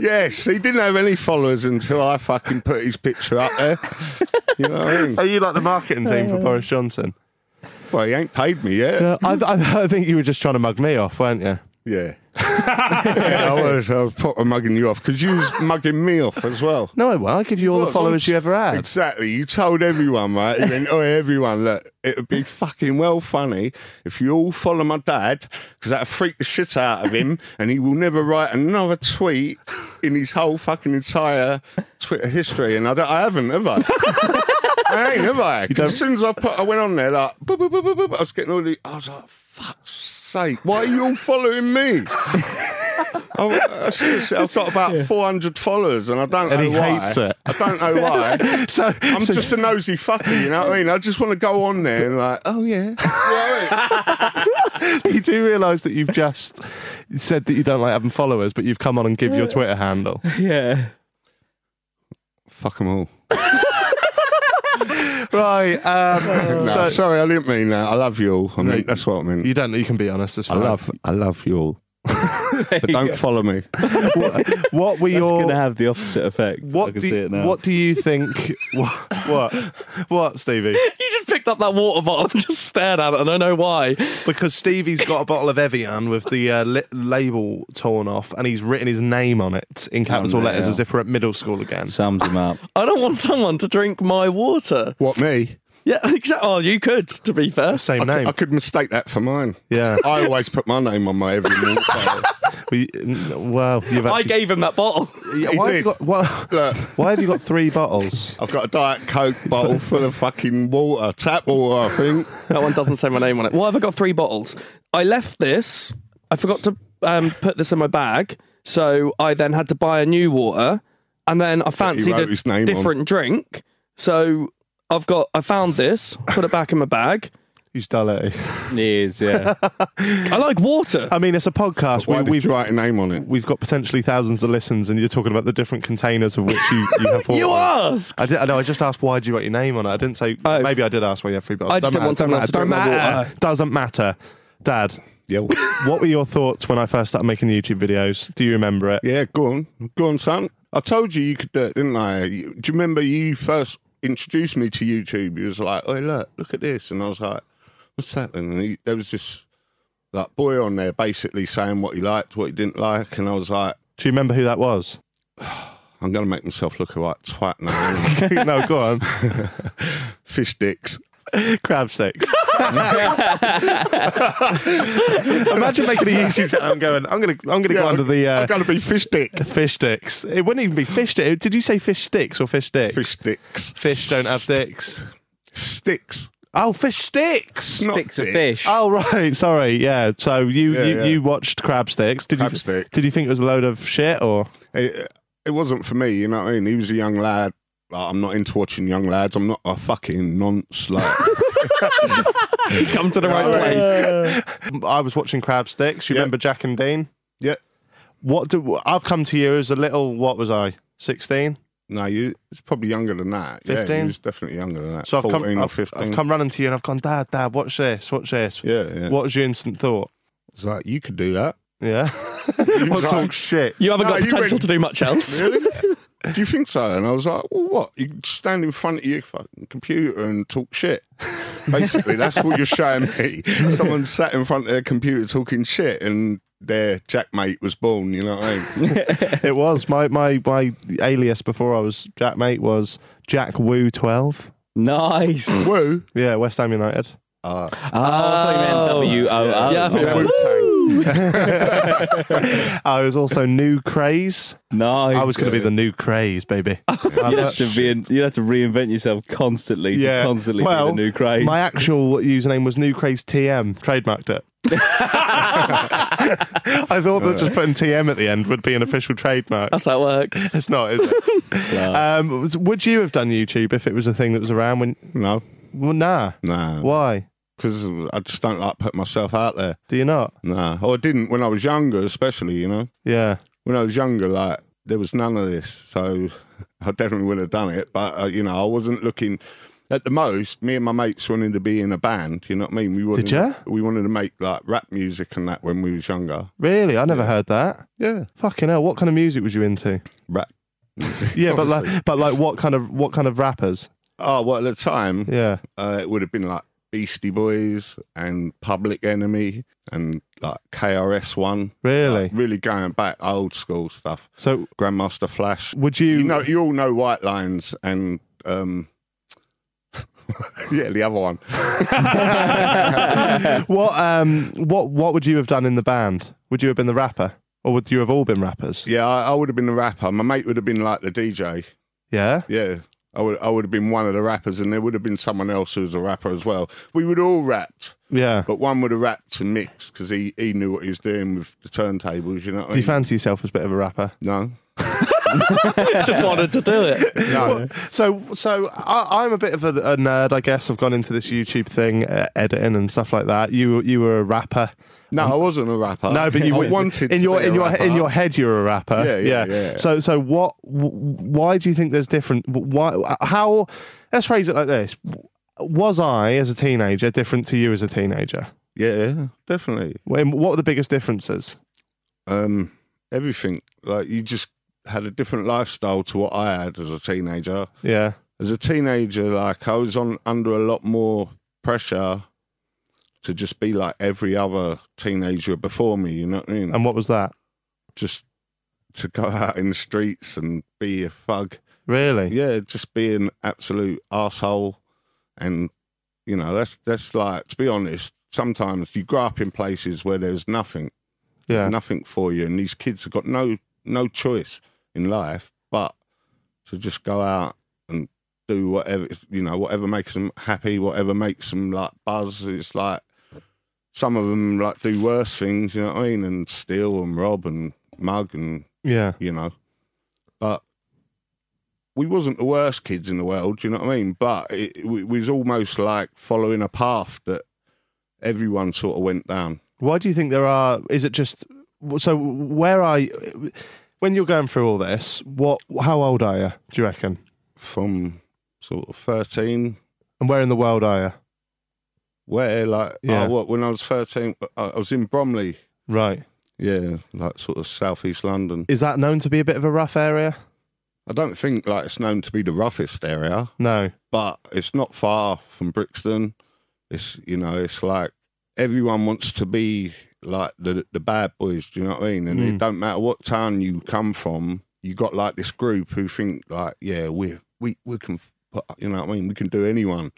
Speaker 5: Yes, he didn't have any followers until I fucking put his picture up
Speaker 2: [laughs]
Speaker 5: there. You know what I mean?
Speaker 2: Are you like the marketing team for Boris Johnson?
Speaker 5: Well, he ain't paid me yet.
Speaker 2: Uh, I, I, I think you were just trying to mug me off, weren't you?
Speaker 5: Yeah. [laughs] yeah, I was, I was proper mugging you off because you was mugging me off as well.
Speaker 2: No, I won't. I'll give you all the
Speaker 5: Look,
Speaker 2: followers you ever had.
Speaker 5: Exactly. You told everyone, right? You went, oh, everyone, look, it would be fucking well funny if you all follow my dad because that'll freak the shit out of him [laughs] and he will never write another tweet in his whole fucking entire Twitter history. And I, don't- I haven't, have I? I ain't, have I? 'Cause As soon as I, put, I went on there, like, boop, boop, boop, boop, boop, I was getting all the, I was like, fuck's sake, why are you all following me?
Speaker 2: [laughs]
Speaker 5: I, I seriously, I've got about 400 followers and I don't
Speaker 2: And
Speaker 5: know
Speaker 2: he
Speaker 5: why.
Speaker 2: hates it.
Speaker 5: I don't know
Speaker 2: [laughs]
Speaker 5: why.
Speaker 2: So,
Speaker 5: [laughs] I'm
Speaker 2: so-
Speaker 5: just a nosy fucker, you know what I mean? I just want to go on there and like, oh yeah. You know what I mean?
Speaker 2: you do realise that you've just said that you don't like having followers, but you've come on and give your Twitter handle.
Speaker 3: Yeah.
Speaker 5: [laughs] Fuck them all.
Speaker 2: Right. Um,
Speaker 5: No,
Speaker 2: so
Speaker 5: sorry, I didn't mean that. I love you all. I mean, that's what I mean.
Speaker 2: you don't. You can be honest. As
Speaker 5: I love, I love you [laughs] all. but don't follow me.
Speaker 2: [laughs] What, what were
Speaker 4: It's going to
Speaker 2: your?
Speaker 4: have the opposite effect. I
Speaker 2: What
Speaker 4: can
Speaker 2: do,
Speaker 4: see it
Speaker 2: you-
Speaker 4: now.
Speaker 2: what do you think? [laughs] What, what? What, Stevie?
Speaker 3: You just picked up that water bottle and just stared at it. I don't know why.
Speaker 2: Because Stevie's got a bottle of Evian with the uh, li- label torn off, and he's written his name on it in capital
Speaker 4: no.
Speaker 2: letters as if we're at middle school again.
Speaker 4: Sums him [laughs] up.
Speaker 3: I don't want someone to drink my water.
Speaker 5: What me?
Speaker 3: Yeah, [laughs] exactly. Oh, you could, to be fair.
Speaker 2: Same
Speaker 5: I,
Speaker 2: name.
Speaker 5: I could mistake that for mine.
Speaker 2: Yeah.
Speaker 5: I always put my name on my every [laughs] meal. so-
Speaker 2: We, n- well, you've
Speaker 3: I
Speaker 2: actually.
Speaker 3: gave him that bottle.
Speaker 2: Yeah,
Speaker 5: He
Speaker 2: why, have you
Speaker 5: did.
Speaker 2: got, why,
Speaker 5: Look,
Speaker 2: why have you got three bottles?
Speaker 5: I've got a diet coke bottle full of fucking water, tap water. I think.
Speaker 3: That one doesn't say my name on it. Why have I got three bottles? I left this. I forgot to um, put this in my bag, so I then had to buy a new water, and then I fancied
Speaker 5: wrote
Speaker 3: a
Speaker 5: his name on.
Speaker 3: different drink. So I've got. I found this. Put it back in my bag.
Speaker 2: Who's Daley?
Speaker 4: Years,
Speaker 5: [laughs]
Speaker 4: yeah.
Speaker 3: I like water.
Speaker 2: I mean, it's a podcast.
Speaker 5: Why
Speaker 2: We,
Speaker 5: did
Speaker 2: we've
Speaker 5: you write a name on it?
Speaker 2: we've got potentially thousands of listens, and you're talking about the different containers of which you, you
Speaker 5: [laughs]
Speaker 2: have.
Speaker 3: you
Speaker 2: water.
Speaker 3: asked.
Speaker 2: I, did, I know. I just asked why do you write your name on it. I didn't say.
Speaker 3: Oh.
Speaker 2: Maybe I did ask why you have three bottles.
Speaker 3: I just
Speaker 2: Don't
Speaker 3: didn't want
Speaker 2: matter, don't
Speaker 3: someone else to
Speaker 2: matter,
Speaker 3: drink my
Speaker 2: don't
Speaker 3: water.
Speaker 2: matter. Doesn't matter. Dad,
Speaker 5: Yeah. well-
Speaker 2: what were your thoughts when I first started making YouTube videos? Do you remember it?
Speaker 5: Yeah, go on. Go on, son. I told you you could do it, didn't I? You- Do you remember you first introduced me to YouTube? You was like, oh, look, look at this. And I was like, what's that? then?" And he, there was this like boy on there basically saying what he liked, what he didn't like, and I was like,
Speaker 2: Do you remember who that was?
Speaker 5: I'm going to make myself look a right twat now.
Speaker 2: no, go on.
Speaker 5: [laughs] Fish dicks.
Speaker 2: Crab
Speaker 4: [laughs]
Speaker 2: sticks. [laughs] Imagine making a YouTube channel and going, I'm gonna, I'm gonna go under the uh,
Speaker 5: I'm going to be fish dick.
Speaker 2: [laughs] fish sticks. It wouldn't even be fish sticks. Did you say fish sticks or fish sticks?
Speaker 5: Fish dicks.
Speaker 2: Fish don't have dicks.
Speaker 5: sticks.
Speaker 2: Oh, fish sticks.
Speaker 5: Not
Speaker 4: Sticks of
Speaker 5: dick.
Speaker 4: fish.
Speaker 2: Oh right, [laughs] sorry. Yeah. So you
Speaker 5: Yeah,
Speaker 2: you,
Speaker 5: yeah.
Speaker 2: you watched crab sticks. Did
Speaker 5: Crab
Speaker 2: you
Speaker 5: Stick.
Speaker 2: did you think it was a load of shit or?
Speaker 5: It, it wasn't for me, you know what I mean? He was a young lad. Like, I'm not into watching young lads. I'm not a fucking nonce.
Speaker 2: [laughs]
Speaker 5: Like,
Speaker 3: He's come to the right place.
Speaker 2: I was watching crab sticks. You
Speaker 5: Yeah.
Speaker 2: remember Jack and Dean?
Speaker 5: yeah.
Speaker 2: What do I've come to you as a little? What was I? Sixteen.
Speaker 5: No, you. It's probably younger than that. Yeah,
Speaker 2: 15?
Speaker 5: he was definitely younger than that.
Speaker 2: So I've
Speaker 5: 14
Speaker 2: come.
Speaker 5: or
Speaker 2: I've,
Speaker 5: 15.
Speaker 2: I've come running to you and I've gone, Dad, Dad, watch this, watch this.
Speaker 5: Yeah, yeah.
Speaker 2: What was your instant thought?
Speaker 5: It's like you could do
Speaker 2: [laughs]
Speaker 5: that.
Speaker 2: Yeah. what
Speaker 5: like- [laughs]
Speaker 2: talk shit?
Speaker 3: You haven't
Speaker 5: No,
Speaker 3: got
Speaker 5: you
Speaker 3: potential
Speaker 5: went-
Speaker 3: to do much else.
Speaker 5: [laughs] Really? do you think so? And I was like, well, what? You stand in front of your fucking computer and talk
Speaker 2: [laughs]
Speaker 5: shit. Basically, that's what you're showing me. Someone sat in front of their computer talking shit, and their jackmate was born. You know what I mean?
Speaker 2: It was my my my alias before I was Jack Mate was Jack Woo Twelve.
Speaker 4: Nice.
Speaker 5: Woo.
Speaker 2: Yeah, West Ham United.
Speaker 4: Oh, I thought you meant W-O-O.
Speaker 3: Yeah, I thought you meant-
Speaker 5: Wu-Tang.
Speaker 2: I was also New Craze.
Speaker 4: [laughs] Nice.
Speaker 2: I was going to be the New
Speaker 4: [laughs]
Speaker 2: Craze, baby.
Speaker 4: You'd have, [laughs] to be in, you'd have to reinvent yourself constantly to constantly
Speaker 2: Well,
Speaker 4: be the new craze. [laughs]
Speaker 2: My actual username was New Craze TM. Trademarked it. [laughs] I thought that just putting TM at the end would be an official
Speaker 4: [laughs]
Speaker 2: trademark.
Speaker 3: That's how it
Speaker 5: [laughs]
Speaker 3: works.
Speaker 2: It's not, is it?
Speaker 4: No.
Speaker 2: um, was- would you have done YouTube if it was a thing that was around when?
Speaker 5: No,
Speaker 2: Well, nah.
Speaker 5: nah.
Speaker 2: Why?
Speaker 5: Because I just don't like putting myself out there.
Speaker 2: Do you not?
Speaker 5: Nah. Or I didn't when I was younger, especially. You know,
Speaker 2: Yeah.
Speaker 5: when I was younger, like there was none of this, so [laughs] I definitely would have done it. But uh, you know, I wasn't looking. At the most, me and my mates wanted to be in a band. You know what I mean? We wanted,
Speaker 2: ya?
Speaker 5: We wanted to make like rap music and that when we was younger.
Speaker 2: Really? I never heard that.
Speaker 5: Yeah,
Speaker 2: Fucking hell! What kind of music was
Speaker 5: [laughs]
Speaker 2: you into?
Speaker 5: rap.
Speaker 2: Yeah, but
Speaker 5: Obviously.
Speaker 2: like, but like, what kind of what kind of rappers?
Speaker 5: Oh well, at the time,
Speaker 2: Yeah.
Speaker 5: uh, it would have been like Beastie Boys and Public Enemy and like KRS One.
Speaker 2: Really?
Speaker 5: really going back old school stuff.
Speaker 2: So
Speaker 5: Grandmaster Flash.
Speaker 2: would you?
Speaker 5: You know, you all know White Lines and um, [laughs] yeah, the other one.
Speaker 2: what um what what would you have done in the band? Would you have been the rapper, or would you have all been rappers?
Speaker 5: Yeah, I, I would have been the rapper. My mate would have been like the DJ.
Speaker 2: Yeah.
Speaker 5: Yeah. I would, I would have been one of the rappers, and there would have been someone else who was a rapper as well. We would all rapped,
Speaker 2: Yeah.
Speaker 5: but one would have rapped and mixed because he, he knew what he was doing with the turntables. You know what I
Speaker 2: Do you
Speaker 5: mean?
Speaker 2: fancy yourself as a bit of a rapper?
Speaker 5: no,
Speaker 3: Just wanted to do
Speaker 5: [laughs]
Speaker 3: it.
Speaker 5: no.
Speaker 2: So, so I, I'm a bit of a, a nerd, I guess. I've gone into this YouTube thing, uh, editing and stuff like that. You, you were a rapper.
Speaker 5: No, I wasn't a rapper.
Speaker 2: No, but you
Speaker 5: I
Speaker 2: were-
Speaker 5: wanted
Speaker 2: in
Speaker 5: to
Speaker 2: your
Speaker 5: be a
Speaker 2: in your
Speaker 5: rapper.
Speaker 2: in your head. You're a rapper.
Speaker 5: Yeah, yeah, yeah.
Speaker 2: So, so what? wh- Why do you think there's different? Why? How? Let's phrase it like this: Was I as a teenager different to you as a teenager?
Speaker 5: yeah, definitely.
Speaker 2: When- What were the biggest differences?
Speaker 5: um, everything. Like you just had a different lifestyle to what I had as a teenager.
Speaker 2: Yeah.
Speaker 5: As a teenager, like I was on under a lot more pressure to just be like every other teenager before me. You know what I mean?
Speaker 2: And what was that?
Speaker 5: just to go [laughs] out in the streets and be a thug.
Speaker 2: Really?
Speaker 5: Yeah, just be an absolute asshole. And you know, that's that's like to be honest. Sometimes you grow up in places where there's nothing
Speaker 2: Yeah.
Speaker 5: nothing for you, and these kids have got no no choice in life but to just go out and do whatever you know, whatever makes them happy, whatever makes them like buzz. It's like some of them like do worse things, you know what I mean, and steal and rob and mug and
Speaker 2: Yeah.
Speaker 5: you know, but. We wasn't the worst kids in the world, do you know what I mean? But it, it was almost like following a path that everyone sort of went down.
Speaker 2: Why do you think there are? Is it just so? Where are you, when you're going through all this? What? How old are you? Do you reckon?
Speaker 5: From sort of thirteen
Speaker 2: And where in the world are you?
Speaker 5: where like
Speaker 2: Yeah.
Speaker 5: oh, what, when I was 13 I I was in Bromley
Speaker 2: Right.
Speaker 5: yeah like sort of southeast London
Speaker 2: Is that known to be a bit of a rough area?
Speaker 5: I don't think like it's known to be the roughest area
Speaker 2: No.
Speaker 5: but it's not far from Brixton it's you know it's like everyone wants to be like the the bad boys. Do you know what I mean? And it don't matter what town you come from, you got like this group who think like, yeah, we we we can, put- you know what I mean? We can do anyone,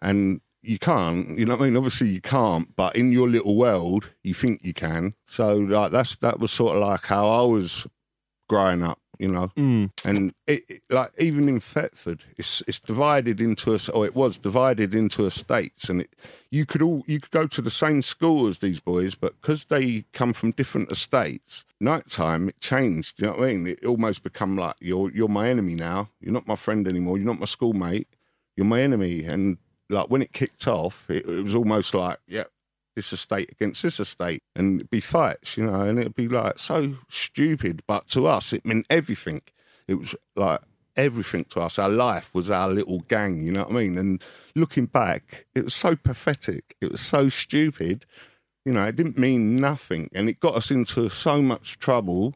Speaker 5: and you can't. You know what I mean? Obviously you can't, but in your little world, you think you can. So like that's that was sort of like how I was growing up. You know, and it, it- like even in Thetford, it's it's divided into us, or it was divided into estates, and it you could all you could go to the same school as these boys, but because they come from different estates, night time it changed. You know what I mean? It almost become like you're you're my enemy now. You're not my friend anymore. You're not my schoolmate. You're my enemy. And like when it kicked off, it, it was almost like yeah, this estate against this estate and it'd be fights, you know, and it'd be like so stupid. But to us, it meant everything. It was like everything to us. Our life was our little gang, you know what I mean? And looking back, it was so pathetic. It was so stupid. You know, it didn't mean nothing. And it got us into so much trouble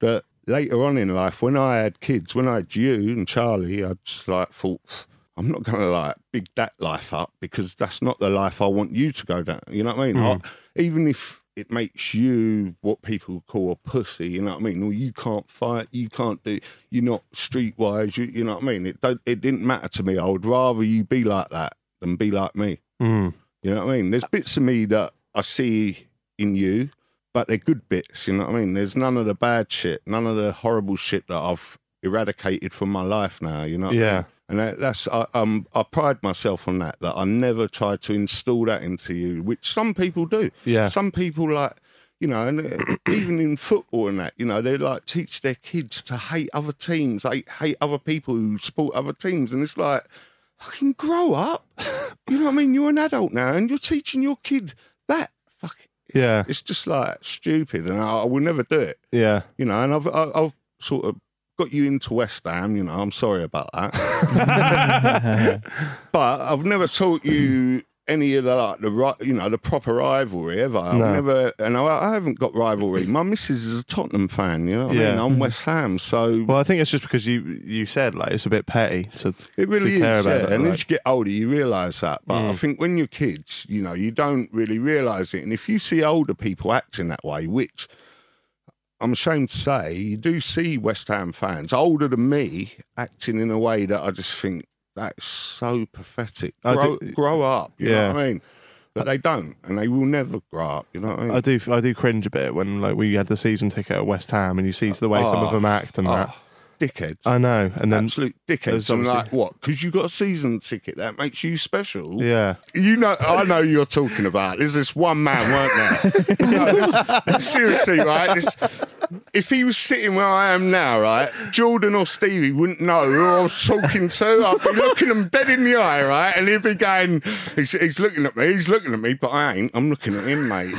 Speaker 5: that later on in life, when I had kids, when I had you and Charlie, I just like thought, I'm not going to like big that life up because that's not the life I want you to go down. You know what I mean? I, even if it makes you what people call a pussy, you know what I mean? Or you can't fight, you can't do, you're not streetwise, you, you know what I mean? It, don't, it didn't matter to me. I would rather you be like that than be like me. You know what I mean? There's bits of me that I see in you, but they're good bits. You know what I mean? There's none of the bad shit, none of the horrible shit that I've eradicated from my life now. You know? what I
Speaker 2: Yeah.
Speaker 5: mean? And that, that's I, um, I pride myself on that. That I never try to install that into you, which some people do.
Speaker 2: Yeah.
Speaker 5: Some people like. You know, and uh, [clears throat] even in football and that, you know, they like teach their kids to hate other teams, hate, hate other people who support other teams. And it's like, fucking grow up. [laughs] You know what I mean? You're an adult now and you're teaching your kid that. Fuck,
Speaker 2: Yeah.
Speaker 5: it's just like stupid, and I, I will never do it.
Speaker 2: Yeah.
Speaker 5: You know, and I've I, I've sort of got you into West Ham. You know, I'm sorry about that,
Speaker 2: [laughs]
Speaker 5: but I've never taught you. Any of the like the right, you know, the proper rivalry ever. I've never, and I, I haven't got rivalry. My missus is a Tottenham fan, you know. What I
Speaker 2: Yeah. Mm.
Speaker 5: mean? I'm West Ham, so
Speaker 2: Well, I think it's just because you you said like it's a bit petty to
Speaker 5: It really
Speaker 2: to care
Speaker 5: is,
Speaker 2: about Mm.
Speaker 5: yeah.
Speaker 2: it,
Speaker 5: and
Speaker 2: like-
Speaker 5: as you get older, you realise that. But I think when you're kids, you know, you don't really realise it. And if you see older people acting that way, which I'm ashamed to say, you do see West Ham fans older than me acting in a way that I just think that's so pathetic.
Speaker 2: I
Speaker 5: Grow,
Speaker 2: do-
Speaker 5: grow up, you know
Speaker 2: Yeah.
Speaker 5: what I mean? But they don't, and they will never grow up. You know what I mean?
Speaker 2: I do I do cringe a bit when like we had the season ticket at West Ham and you see the way some
Speaker 5: Oh.
Speaker 2: of them act and that.
Speaker 5: Oh, dickheads.
Speaker 2: I know, and then
Speaker 5: Absolute dickheads.
Speaker 2: there's
Speaker 5: And like,
Speaker 2: obviously-
Speaker 5: what? Because you got a season ticket, that makes you special.
Speaker 2: yeah,
Speaker 5: You know, I know who you're talking about. There's this one man, weren't there? No, this- seriously, right? This, if he was sitting where I am now, right, Jordan or Stevie wouldn't know who I was talking to. I'd be looking him dead in the eye, right, and he'd be going, "He's, he's looking at me, he's looking at me, but I ain't. I'm looking at him, mate."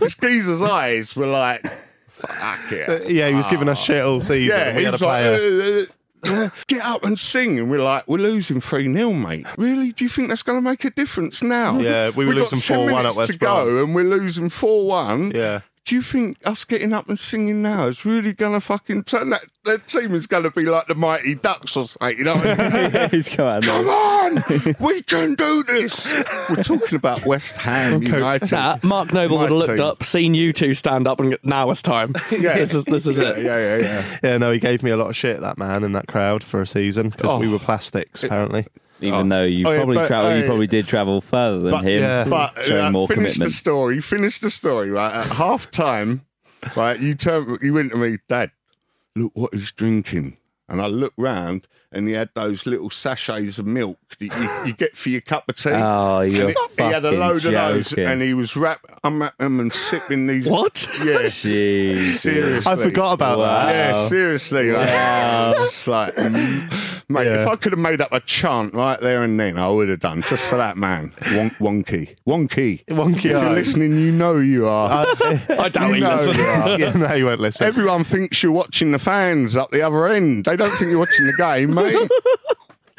Speaker 5: this geezer's eyes were like, "Fuck it."
Speaker 2: yeah, he was giving us shit all season.
Speaker 5: Ah. Yeah,
Speaker 2: and we
Speaker 5: he
Speaker 2: had a
Speaker 5: was like,
Speaker 2: player.
Speaker 5: "Uh, uh, uh, get up and sing. And we're like, we're losing 3 0, mate. Really? Do you think that's going to make a difference now?
Speaker 2: Yeah, we were
Speaker 5: We've got
Speaker 2: losing
Speaker 5: 10
Speaker 2: 4-1 at
Speaker 5: minutes
Speaker 2: West
Speaker 5: to go, and we're losing 4 1.
Speaker 2: Yeah.
Speaker 5: Do you think us getting up and singing now is really going to fucking turn that? That team is going to be like the Mighty Ducks or something, you know? what I
Speaker 2: [laughs]
Speaker 5: mean?
Speaker 4: He's come
Speaker 5: Come
Speaker 4: on.
Speaker 5: on, we can do this. We're talking about West Ham United.
Speaker 3: That, Mark Noble
Speaker 5: My
Speaker 3: would have looked
Speaker 5: team.
Speaker 3: up, seen you two stand up, and go, now it's time.
Speaker 5: [laughs]
Speaker 3: [laughs]
Speaker 5: Yeah.
Speaker 3: this is this is
Speaker 5: Yeah,
Speaker 3: it.
Speaker 5: yeah, yeah, yeah.
Speaker 2: yeah, no, he gave me a lot of shit that man in that crowd for a season because we were plastics apparently.
Speaker 4: Even though you
Speaker 5: Oh, yeah,
Speaker 4: probably
Speaker 5: but,
Speaker 4: travel, you
Speaker 5: uh,
Speaker 4: probably did travel further than
Speaker 5: But-
Speaker 4: him,
Speaker 2: yeah.
Speaker 5: But uh,
Speaker 4: Mm. showing more
Speaker 5: finish the
Speaker 4: commitment.
Speaker 5: story. Finish the story. Right at half time, right you turn. You went to me, Dad. Look what he's drinking. And I looked round, and he had those little sachets of milk that you, you get for your cup of tea.
Speaker 4: Oh,
Speaker 5: And
Speaker 4: you're
Speaker 5: he, he had a
Speaker 4: fucking
Speaker 5: load of those,
Speaker 4: joking.
Speaker 5: and he was wrap, unwrapping them and sipping these.
Speaker 3: What?
Speaker 4: [laughs]
Speaker 5: Yeah,
Speaker 4: Jeez.
Speaker 5: seriously.
Speaker 2: I forgot about that.
Speaker 5: Yeah, seriously. Like, it's like, mm, mate, if I could have made up a chant right there and then, I would have done just for that man. Wonk, wonky, wonky.
Speaker 2: Wonky
Speaker 5: If you're
Speaker 2: eyes.
Speaker 5: listening, you know you are. [laughs]
Speaker 3: I doubt
Speaker 5: You
Speaker 3: he
Speaker 5: know
Speaker 3: listens.
Speaker 5: you are.
Speaker 2: yeah, no, he won't listen.
Speaker 5: Everyone thinks you're watching the fans up the other end. They don't think you're watching the
Speaker 3: [laughs]
Speaker 5: game, mate.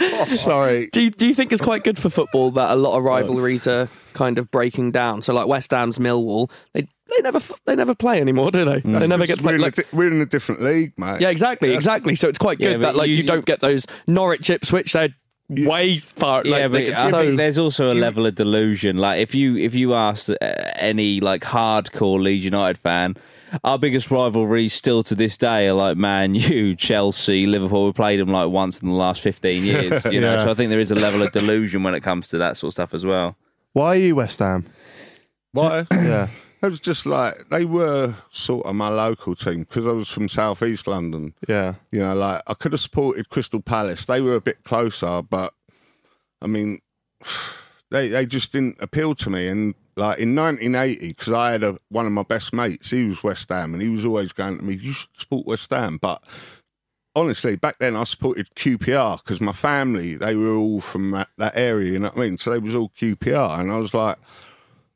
Speaker 5: Oh, sorry.
Speaker 3: Do you, do you think it's quite good for football that a lot of rivalries are kind of breaking down? So like West Ham's Millwall, they they never f- they never play anymore, do
Speaker 4: Mm.
Speaker 3: they? They never get to
Speaker 5: we're,
Speaker 3: play.
Speaker 5: in a
Speaker 3: Like,
Speaker 5: di- we're in a different league, mate.
Speaker 3: yeah, exactly, exactly. So it's quite
Speaker 4: Yeah,
Speaker 3: good
Speaker 4: but
Speaker 3: that like you
Speaker 4: usually-
Speaker 3: don't get those Norwich Ipswich. They're way far. Like,
Speaker 4: yeah,
Speaker 3: they
Speaker 4: but
Speaker 3: could
Speaker 4: I
Speaker 3: so-
Speaker 4: think there's also a level of delusion. Like if you if you ask uh, any like hardcore Leeds United fan, our biggest rivalries still to this day are like Man [laughs] U, Chelsea, Liverpool. We played them like once in the last [laughs] 15 years. You know, so I think there is a level of delusion when it comes to that sort of stuff as well.
Speaker 2: Why are you West Ham?
Speaker 3: [coughs]
Speaker 5: Why?
Speaker 2: Yeah.
Speaker 5: It was just like they were sort of my local team because I was from South East London.
Speaker 2: Yeah.
Speaker 5: You know, like I could have supported Crystal Palace. They were a bit closer, but I mean, [sighs] they they just didn't appeal to me. And like in 1980, because I had a, one of my best mates, he was West Ham, and he was always going to me, "You should support West Ham." But honestly, back then I supported QPR because my family they were all from that, that area. You know what I mean? So they was all QPR, and I was like.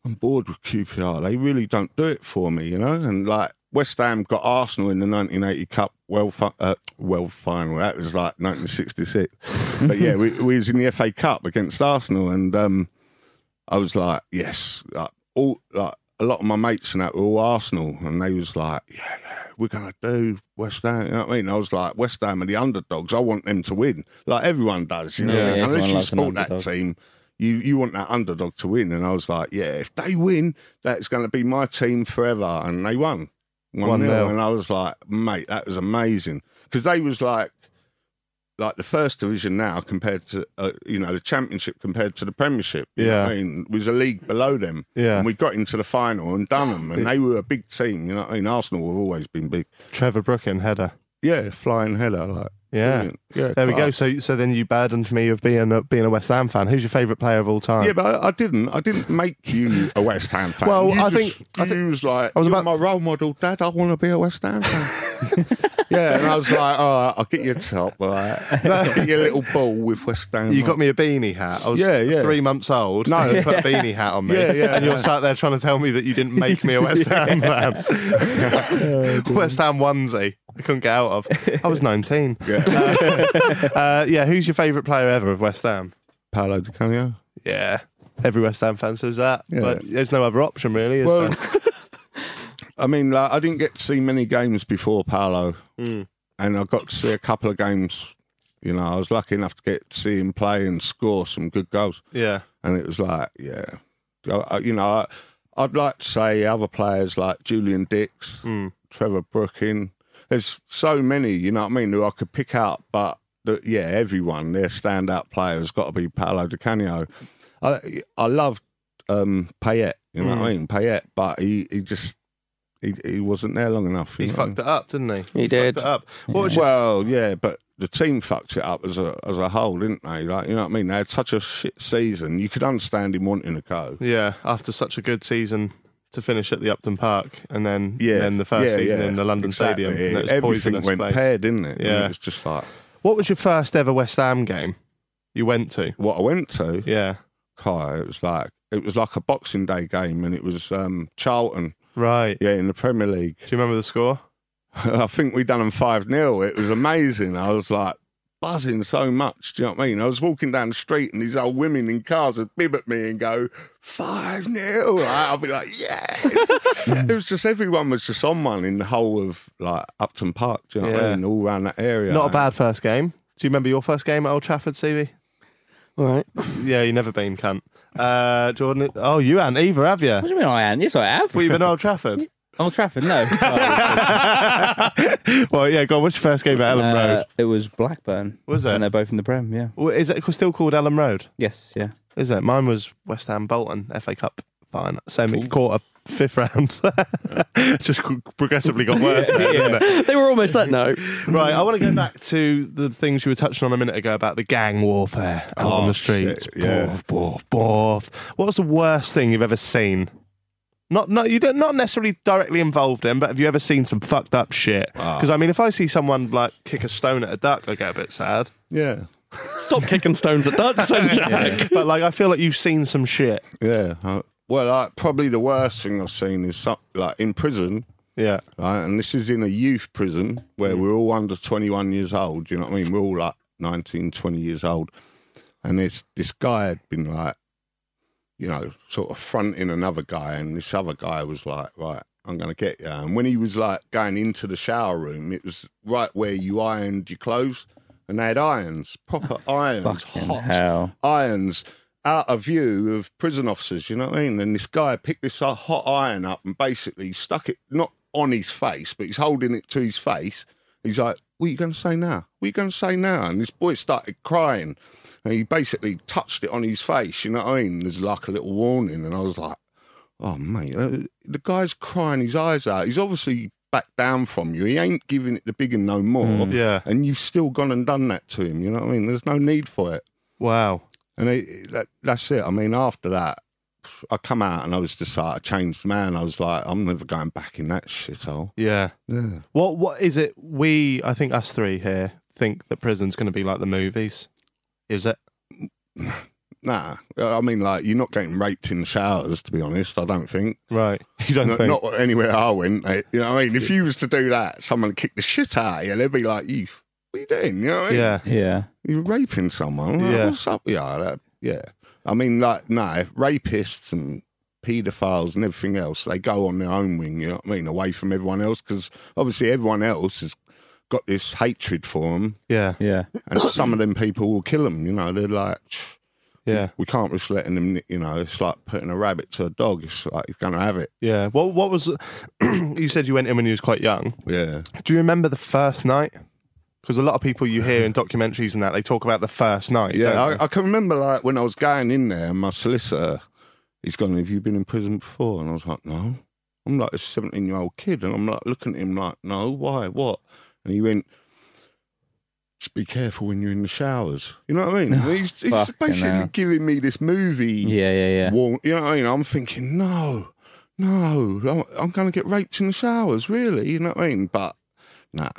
Speaker 5: I'm bored with QPR. They really don't do it for me, you know. And like West Ham got Arsenal in the 1980 Cup World fi- uh, World Final. That was like 1966. but yeah, we, we was in the FA Cup against Arsenal, and um, I was like, yes, like, all like a lot of my mates and that were all Arsenal, and they was like, yeah, yeah, we're gonna do West Ham. You know what I mean? I was like, West Ham are the underdogs. I want them to win, like everyone does. You know,
Speaker 4: Yeah, everyone
Speaker 5: unless you
Speaker 4: loves an
Speaker 5: support that
Speaker 4: underdog.
Speaker 5: team, you you want that underdog to win. And I was like, yeah, if they win, that's going to be my team forever. And they won one,
Speaker 2: One
Speaker 5: nil.
Speaker 2: nil.
Speaker 5: And I was like, mate, that was amazing because they was like like the first division now compared to uh, you know the championship compared to the premiership. You know
Speaker 2: Yeah.
Speaker 5: what I mean, It was a league below them.
Speaker 2: Yeah.
Speaker 5: and we got into the final and done them, and they were a big team. You know, what I mean, Arsenal have always been big.
Speaker 2: Trevor Brooking header.
Speaker 5: Yeah, flying header, like
Speaker 2: Yeah.
Speaker 5: brilliant. yeah.
Speaker 2: There we go.
Speaker 5: class.
Speaker 2: So, so then you burdened me of being a, being a West Ham fan. Who's your favourite player of all time?
Speaker 5: Yeah, but I, I didn't. I didn't make you a West Ham fan.
Speaker 2: Well,
Speaker 5: You
Speaker 2: I
Speaker 5: just-
Speaker 2: think- I
Speaker 5: you
Speaker 2: think-
Speaker 5: was like,
Speaker 2: I was
Speaker 5: "You're
Speaker 2: about-
Speaker 5: my role model, Dad. I want to be a West Ham fan."
Speaker 2: [laughs]
Speaker 5: yeah, and I was like, "All right, I'll get you a top, all right. I'll get you a little ball with West Ham."
Speaker 2: You got me a beanie hat. I was
Speaker 5: Mm. Yeah, yeah.
Speaker 2: three months old.
Speaker 5: No.
Speaker 2: and you put a beanie hat on
Speaker 5: [laughs]
Speaker 2: me.
Speaker 5: Yeah, yeah,
Speaker 2: And you're
Speaker 5: yeah.
Speaker 2: sat there trying to tell me that you didn't make me
Speaker 5: [laughs]
Speaker 2: a West
Speaker 5: Oh,
Speaker 2: Ham fan. West Ham onesie. I couldn't get out of. I
Speaker 5: [laughs]
Speaker 2: was 19. [laughs]
Speaker 5: yeah.
Speaker 2: Uh, yeah, who's your favourite player ever of West Ham?
Speaker 5: Paolo Di Canio.
Speaker 2: Yeah. Every West Ham fan says that.
Speaker 5: Yeah.
Speaker 2: But there's no other option, really, is
Speaker 5: Well,
Speaker 2: there?
Speaker 5: I mean, like, I didn't get to see many games before Paolo, and I got to see a couple of games. You know, I was lucky enough to get to see him play and score some good goals.
Speaker 2: Yeah.
Speaker 5: and it was like, yeah, I, I- you know, I, I'd like to say other players like Julian Dix,
Speaker 2: Hmm.
Speaker 5: Trevor Brooking. There's so many, you know what I mean, who I could pick out, but the, yeah, everyone their standout player has got to be Paolo Di Canio. I I loved um, Payet, you know
Speaker 2: Hmm.
Speaker 5: what I mean, Payet, but he he just he, he wasn't there long enough. you
Speaker 2: He
Speaker 5: know?
Speaker 2: fucked it up, didn't he?
Speaker 3: He did.
Speaker 2: Fucked it up. What was your
Speaker 5: Well, yeah, but the team fucked it up as a as a whole, didn't they? Like, you know what I mean? They had such a shit season. You could understand him wanting to go.
Speaker 2: Yeah, after such a good season to finish at the Upton Park, and then then the first
Speaker 5: yeah,
Speaker 2: season
Speaker 5: yeah,
Speaker 2: in the London
Speaker 5: exactly.
Speaker 2: Stadium, and it was
Speaker 5: Everything
Speaker 2: poisonous
Speaker 5: went
Speaker 2: place.
Speaker 5: pear, didn't it? And
Speaker 2: Yeah.
Speaker 5: it was just like
Speaker 2: What was your first ever West Ham game you went to?
Speaker 5: what I went to.
Speaker 2: Yeah,
Speaker 5: Kai, it was like it was like a Boxing Day game, and it was um, Charlton,
Speaker 2: right.
Speaker 5: yeah, in the Premier League.
Speaker 2: Do you remember the score?
Speaker 5: [laughs] I think we done them five 0 It was amazing. I was like buzzing so much. Do you know what I mean? I was walking down the street, and these old women in cars would bib at me and go five 0 I'd be like, yeah.
Speaker 2: [laughs]
Speaker 5: it was just everyone was just on one in the whole of like Upton Park. Do you know what
Speaker 2: Yeah.
Speaker 5: I mean? All around that area.
Speaker 2: Not a
Speaker 5: And-
Speaker 2: bad first game. Do you remember your first game at Old Trafford, CV?
Speaker 3: all right. [laughs]
Speaker 2: Yeah, you never been cunt. Uh, Jordan, oh, you ain't either, have you?
Speaker 4: What do you mean I am? Yes, I have.
Speaker 2: Well, you've been to Old [laughs] Trafford.
Speaker 4: Old Trafford, [laughs] no. Uh, Sorry.
Speaker 2: well, yeah, go on. What's your first game at Ellen
Speaker 4: Uh,
Speaker 2: Road?
Speaker 4: it was Blackburn.
Speaker 2: Was it?
Speaker 4: And they're both in the Prem, yeah.
Speaker 2: Well, Is it still called Ellen Road?
Speaker 4: Yes, yeah.
Speaker 2: Is it? Mine was West Ham Bolton FA Cup final semi quarter fifth round. [laughs] Just qu- progressively
Speaker 5: [laughs]
Speaker 2: got worse. there, didn't it?
Speaker 3: They were almost that note.
Speaker 2: Right, I want to go back to the things you were touching on a minute ago about the gang warfare out on
Speaker 5: Oh,
Speaker 2: the streets.
Speaker 5: shit, yeah.
Speaker 2: Borf, borf, borf. What was the worst thing you've ever seen? Not, not you don't, not necessarily directly involved in, but have you ever seen some fucked up shit?
Speaker 5: Ah.
Speaker 2: Because I mean, if I see someone like kick a stone at a duck, I get a bit sad.
Speaker 5: Yeah.
Speaker 3: Stop kicking stones at ducks and Jack.
Speaker 2: But like, I feel like you've seen some shit.
Speaker 5: Yeah. I- well, like, probably the worst thing I've seen is some, like in prison,
Speaker 2: Yeah,
Speaker 5: right? And this is in a youth prison where
Speaker 4: Mm.
Speaker 5: we're all under 21 years old. You know what I mean? We're all like 19, 20 years old. And this, this guy had been like, you know, sort of fronting another guy. And this other guy was like, right, I'm going to get you. And when he was like going into the shower room, it was right where you ironed your clothes. and they had irons, proper
Speaker 4: [laughs]
Speaker 5: irons,
Speaker 4: Fucking
Speaker 5: hot
Speaker 4: hell.
Speaker 5: irons out of view of prison officers. You know what I mean? And this guy picked this uh, hot iron up and basically stuck it not on his face, but he's holding it to his face. He's like, "What are you going to say now? What are you going to say now?" And this boy started crying, and he basically touched it on his face. You know what I mean? There's like a little warning, and I was like. Oh mate, uh, the guy's crying his eyes out. He's obviously backed down from you. He ain't giving it the big and no more.
Speaker 2: Yeah.
Speaker 5: and you've still gone and done that to him. You know what I mean? There's no need for it.
Speaker 2: Wow.
Speaker 5: And it, that, that's it. I mean, after that, I come out and I was just like a changed man. I was like, I'm never going back in that shithole.
Speaker 2: Yeah.
Speaker 5: Yeah.
Speaker 2: What what is it we I think us three here think that prison's gonna be like the movies? Is it?
Speaker 5: Nah, I mean, like you're not getting raped in showers, to be honest. I don't think.
Speaker 2: Right. [laughs] You don't
Speaker 5: No-
Speaker 2: think
Speaker 5: Not, anywhere I went. Mate. You know what I mean? If you was to do that, someone would kick the shit out of you. They'd be like, "You, f- what are you doing? You know what I mean?
Speaker 2: Yeah.
Speaker 4: Yeah.
Speaker 5: You're raping someone. Like,
Speaker 2: Yeah.
Speaker 5: What's up? Yeah, that, yeah. I mean, like, no, rapists and paedophiles and everything else, they go on their own wing, you know what I mean, away from everyone else, because obviously everyone else has got this hatred for them,
Speaker 2: Yeah.
Speaker 4: Yeah.
Speaker 2: [coughs]
Speaker 5: and some of them people will kill them, you know, they're like, "Tch,
Speaker 2: Yeah.
Speaker 5: we can't just let them, you know, it's like putting a rabbit to a dog, it's like, he's going to have it,
Speaker 2: Yeah. What what was [clears throat] you said you went in when you was quite young.
Speaker 5: yeah.
Speaker 2: Do you remember the first night? Because a lot of people you [sighs] hear in documentaries and that they talk about the first night.
Speaker 5: Yeah,
Speaker 2: don't they?
Speaker 5: I, I can remember like when I was going in there, my solicitor, he's gone, Have you been in prison before? And I was like, No. I'm like a 17 year old kid. And I'm like looking at him like, No, why? What? And he went, Just be careful when you're in the showers. You know what
Speaker 4: [laughs]
Speaker 5: I mean? he's he's
Speaker 4: fucking
Speaker 5: basically
Speaker 4: hell.
Speaker 5: giving me this movie.
Speaker 4: Yeah. Yeah. Yeah.
Speaker 5: warn- you know what I mean? I'm thinking, No, no, I'm, I'm going to get raped in the showers, really. You know what I mean? But nah.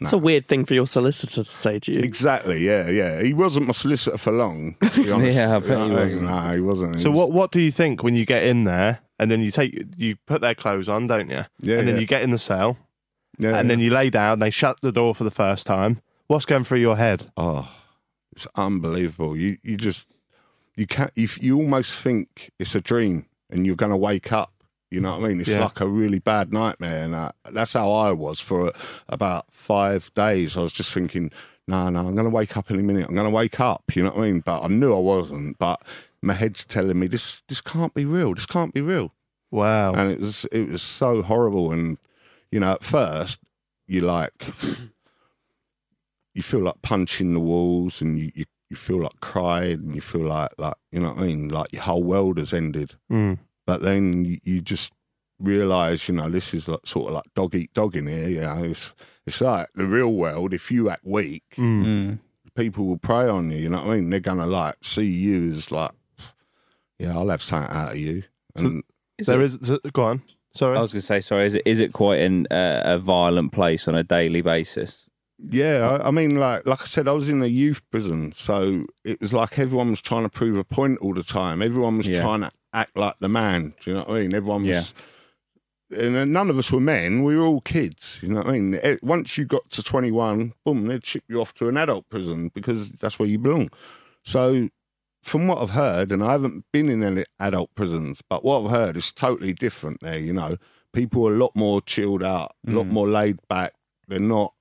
Speaker 3: It's a weird thing for your solicitor to say to you.
Speaker 5: Exactly, yeah, yeah. He wasn't my solicitor for long, to be honest.
Speaker 4: Yeah, I bet he
Speaker 5: No,
Speaker 4: wasn't.
Speaker 5: No, he wasn't.
Speaker 2: So what what do you think when you get in there and then you take you put their clothes on, don't you?
Speaker 5: Yeah,
Speaker 2: And then
Speaker 5: yeah.
Speaker 2: you get in the cell
Speaker 5: Yeah.
Speaker 2: and then you lay down. They shut the door for the first time. What's going through your head?
Speaker 5: oh, it's unbelievable. You you just you can't. You, you almost think it's a dream, and you're going to wake up. You know what I mean? It's
Speaker 2: Yeah.
Speaker 5: like a really bad nightmare, and uh that's how I was for about five days. I was just thinking, no, no, I'm going to wake up in a minute. I'm going to wake up. You know what I mean? But I knew I wasn't. But my head's telling me this this can't be real. This can't be real.
Speaker 2: Wow.
Speaker 5: and it was it was so horrible and you know at first you like [clears throat] you feel like punching the walls and you, you you feel like crying and you feel like like you know what I mean like your whole world has ended
Speaker 2: Mm.
Speaker 5: but then you, you just realize you know this is like sort of like dog eat dog in here you know it's it's like the real world if you act weak
Speaker 4: Mm.
Speaker 5: people will prey on you. You know what I mean? They're gonna like see you as like, yeah, I'll have something out of you. And
Speaker 2: There is. Go on. Sorry.
Speaker 4: I was going to say, sorry. Is it is it quite an, uh, a violent place on a daily basis?
Speaker 5: yeah, I, I mean, like like I said, I was in a youth prison, so it was like everyone was trying to prove a point all the time. Everyone was
Speaker 4: Yeah.
Speaker 5: trying to act like the man. Do you know what I mean? Everyone was.
Speaker 4: Yeah.
Speaker 5: And then none of us were men. We were all kids. You know what I mean? Eh, Once you got to 21, boom, they'd ship you off to an adult prison because that's where you belong. So from what I've heard, and I haven't been in any adult prisons, but what I've heard is totally different there. You know, people are a lot more chilled out, a lot more laid back. They're not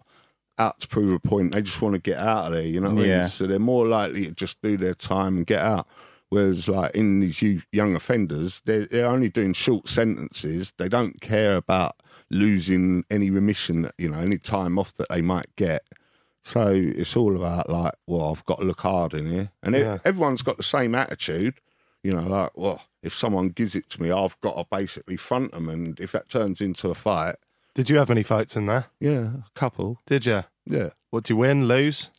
Speaker 5: out to prove a point. They just want to get out of there. You know what I
Speaker 4: Yeah.
Speaker 5: mean? So they're more likely to just do their time and get out. Whereas, like in these you- young offenders, they're, they're only doing short sentences. They don't care about losing any remission, you know, any time off that they might get. So it's all about like, well, I've got to look hard in here, and it-
Speaker 2: Yeah.
Speaker 5: everyone's got the same attitude, you know, like, well, if someone gives it to me, I've got to basically front them, and if that turns into a fight,
Speaker 2: Did you have many fights in there?
Speaker 5: yeah, a couple,
Speaker 2: Did you?
Speaker 5: yeah,
Speaker 2: What do you win? Lose?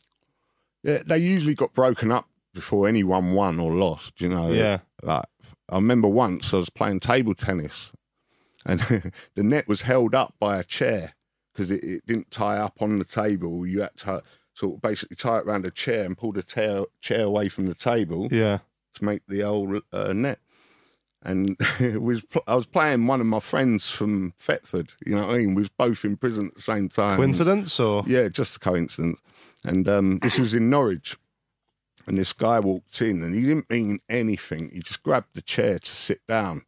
Speaker 5: yeah, they usually got broken up before anyone won or lost, you know,
Speaker 2: Yeah.
Speaker 5: Like, I remember once I was playing table tennis, and [laughs] the net was held up by a chair because it, it didn't tie up on the table. You had to sort of basically tie it around a chair and pull the tear, chair away from the table
Speaker 2: Yeah.
Speaker 5: to make the old uh, net. And [laughs] it was pl- I was playing one of my friends from Thetford. You know what I mean? We was both in prison at the same time.
Speaker 2: Coincidence or?
Speaker 5: Yeah, just a coincidence. And um, this was in Norwich. And this guy walked in and he didn't mean anything. He just grabbed the chair to sit down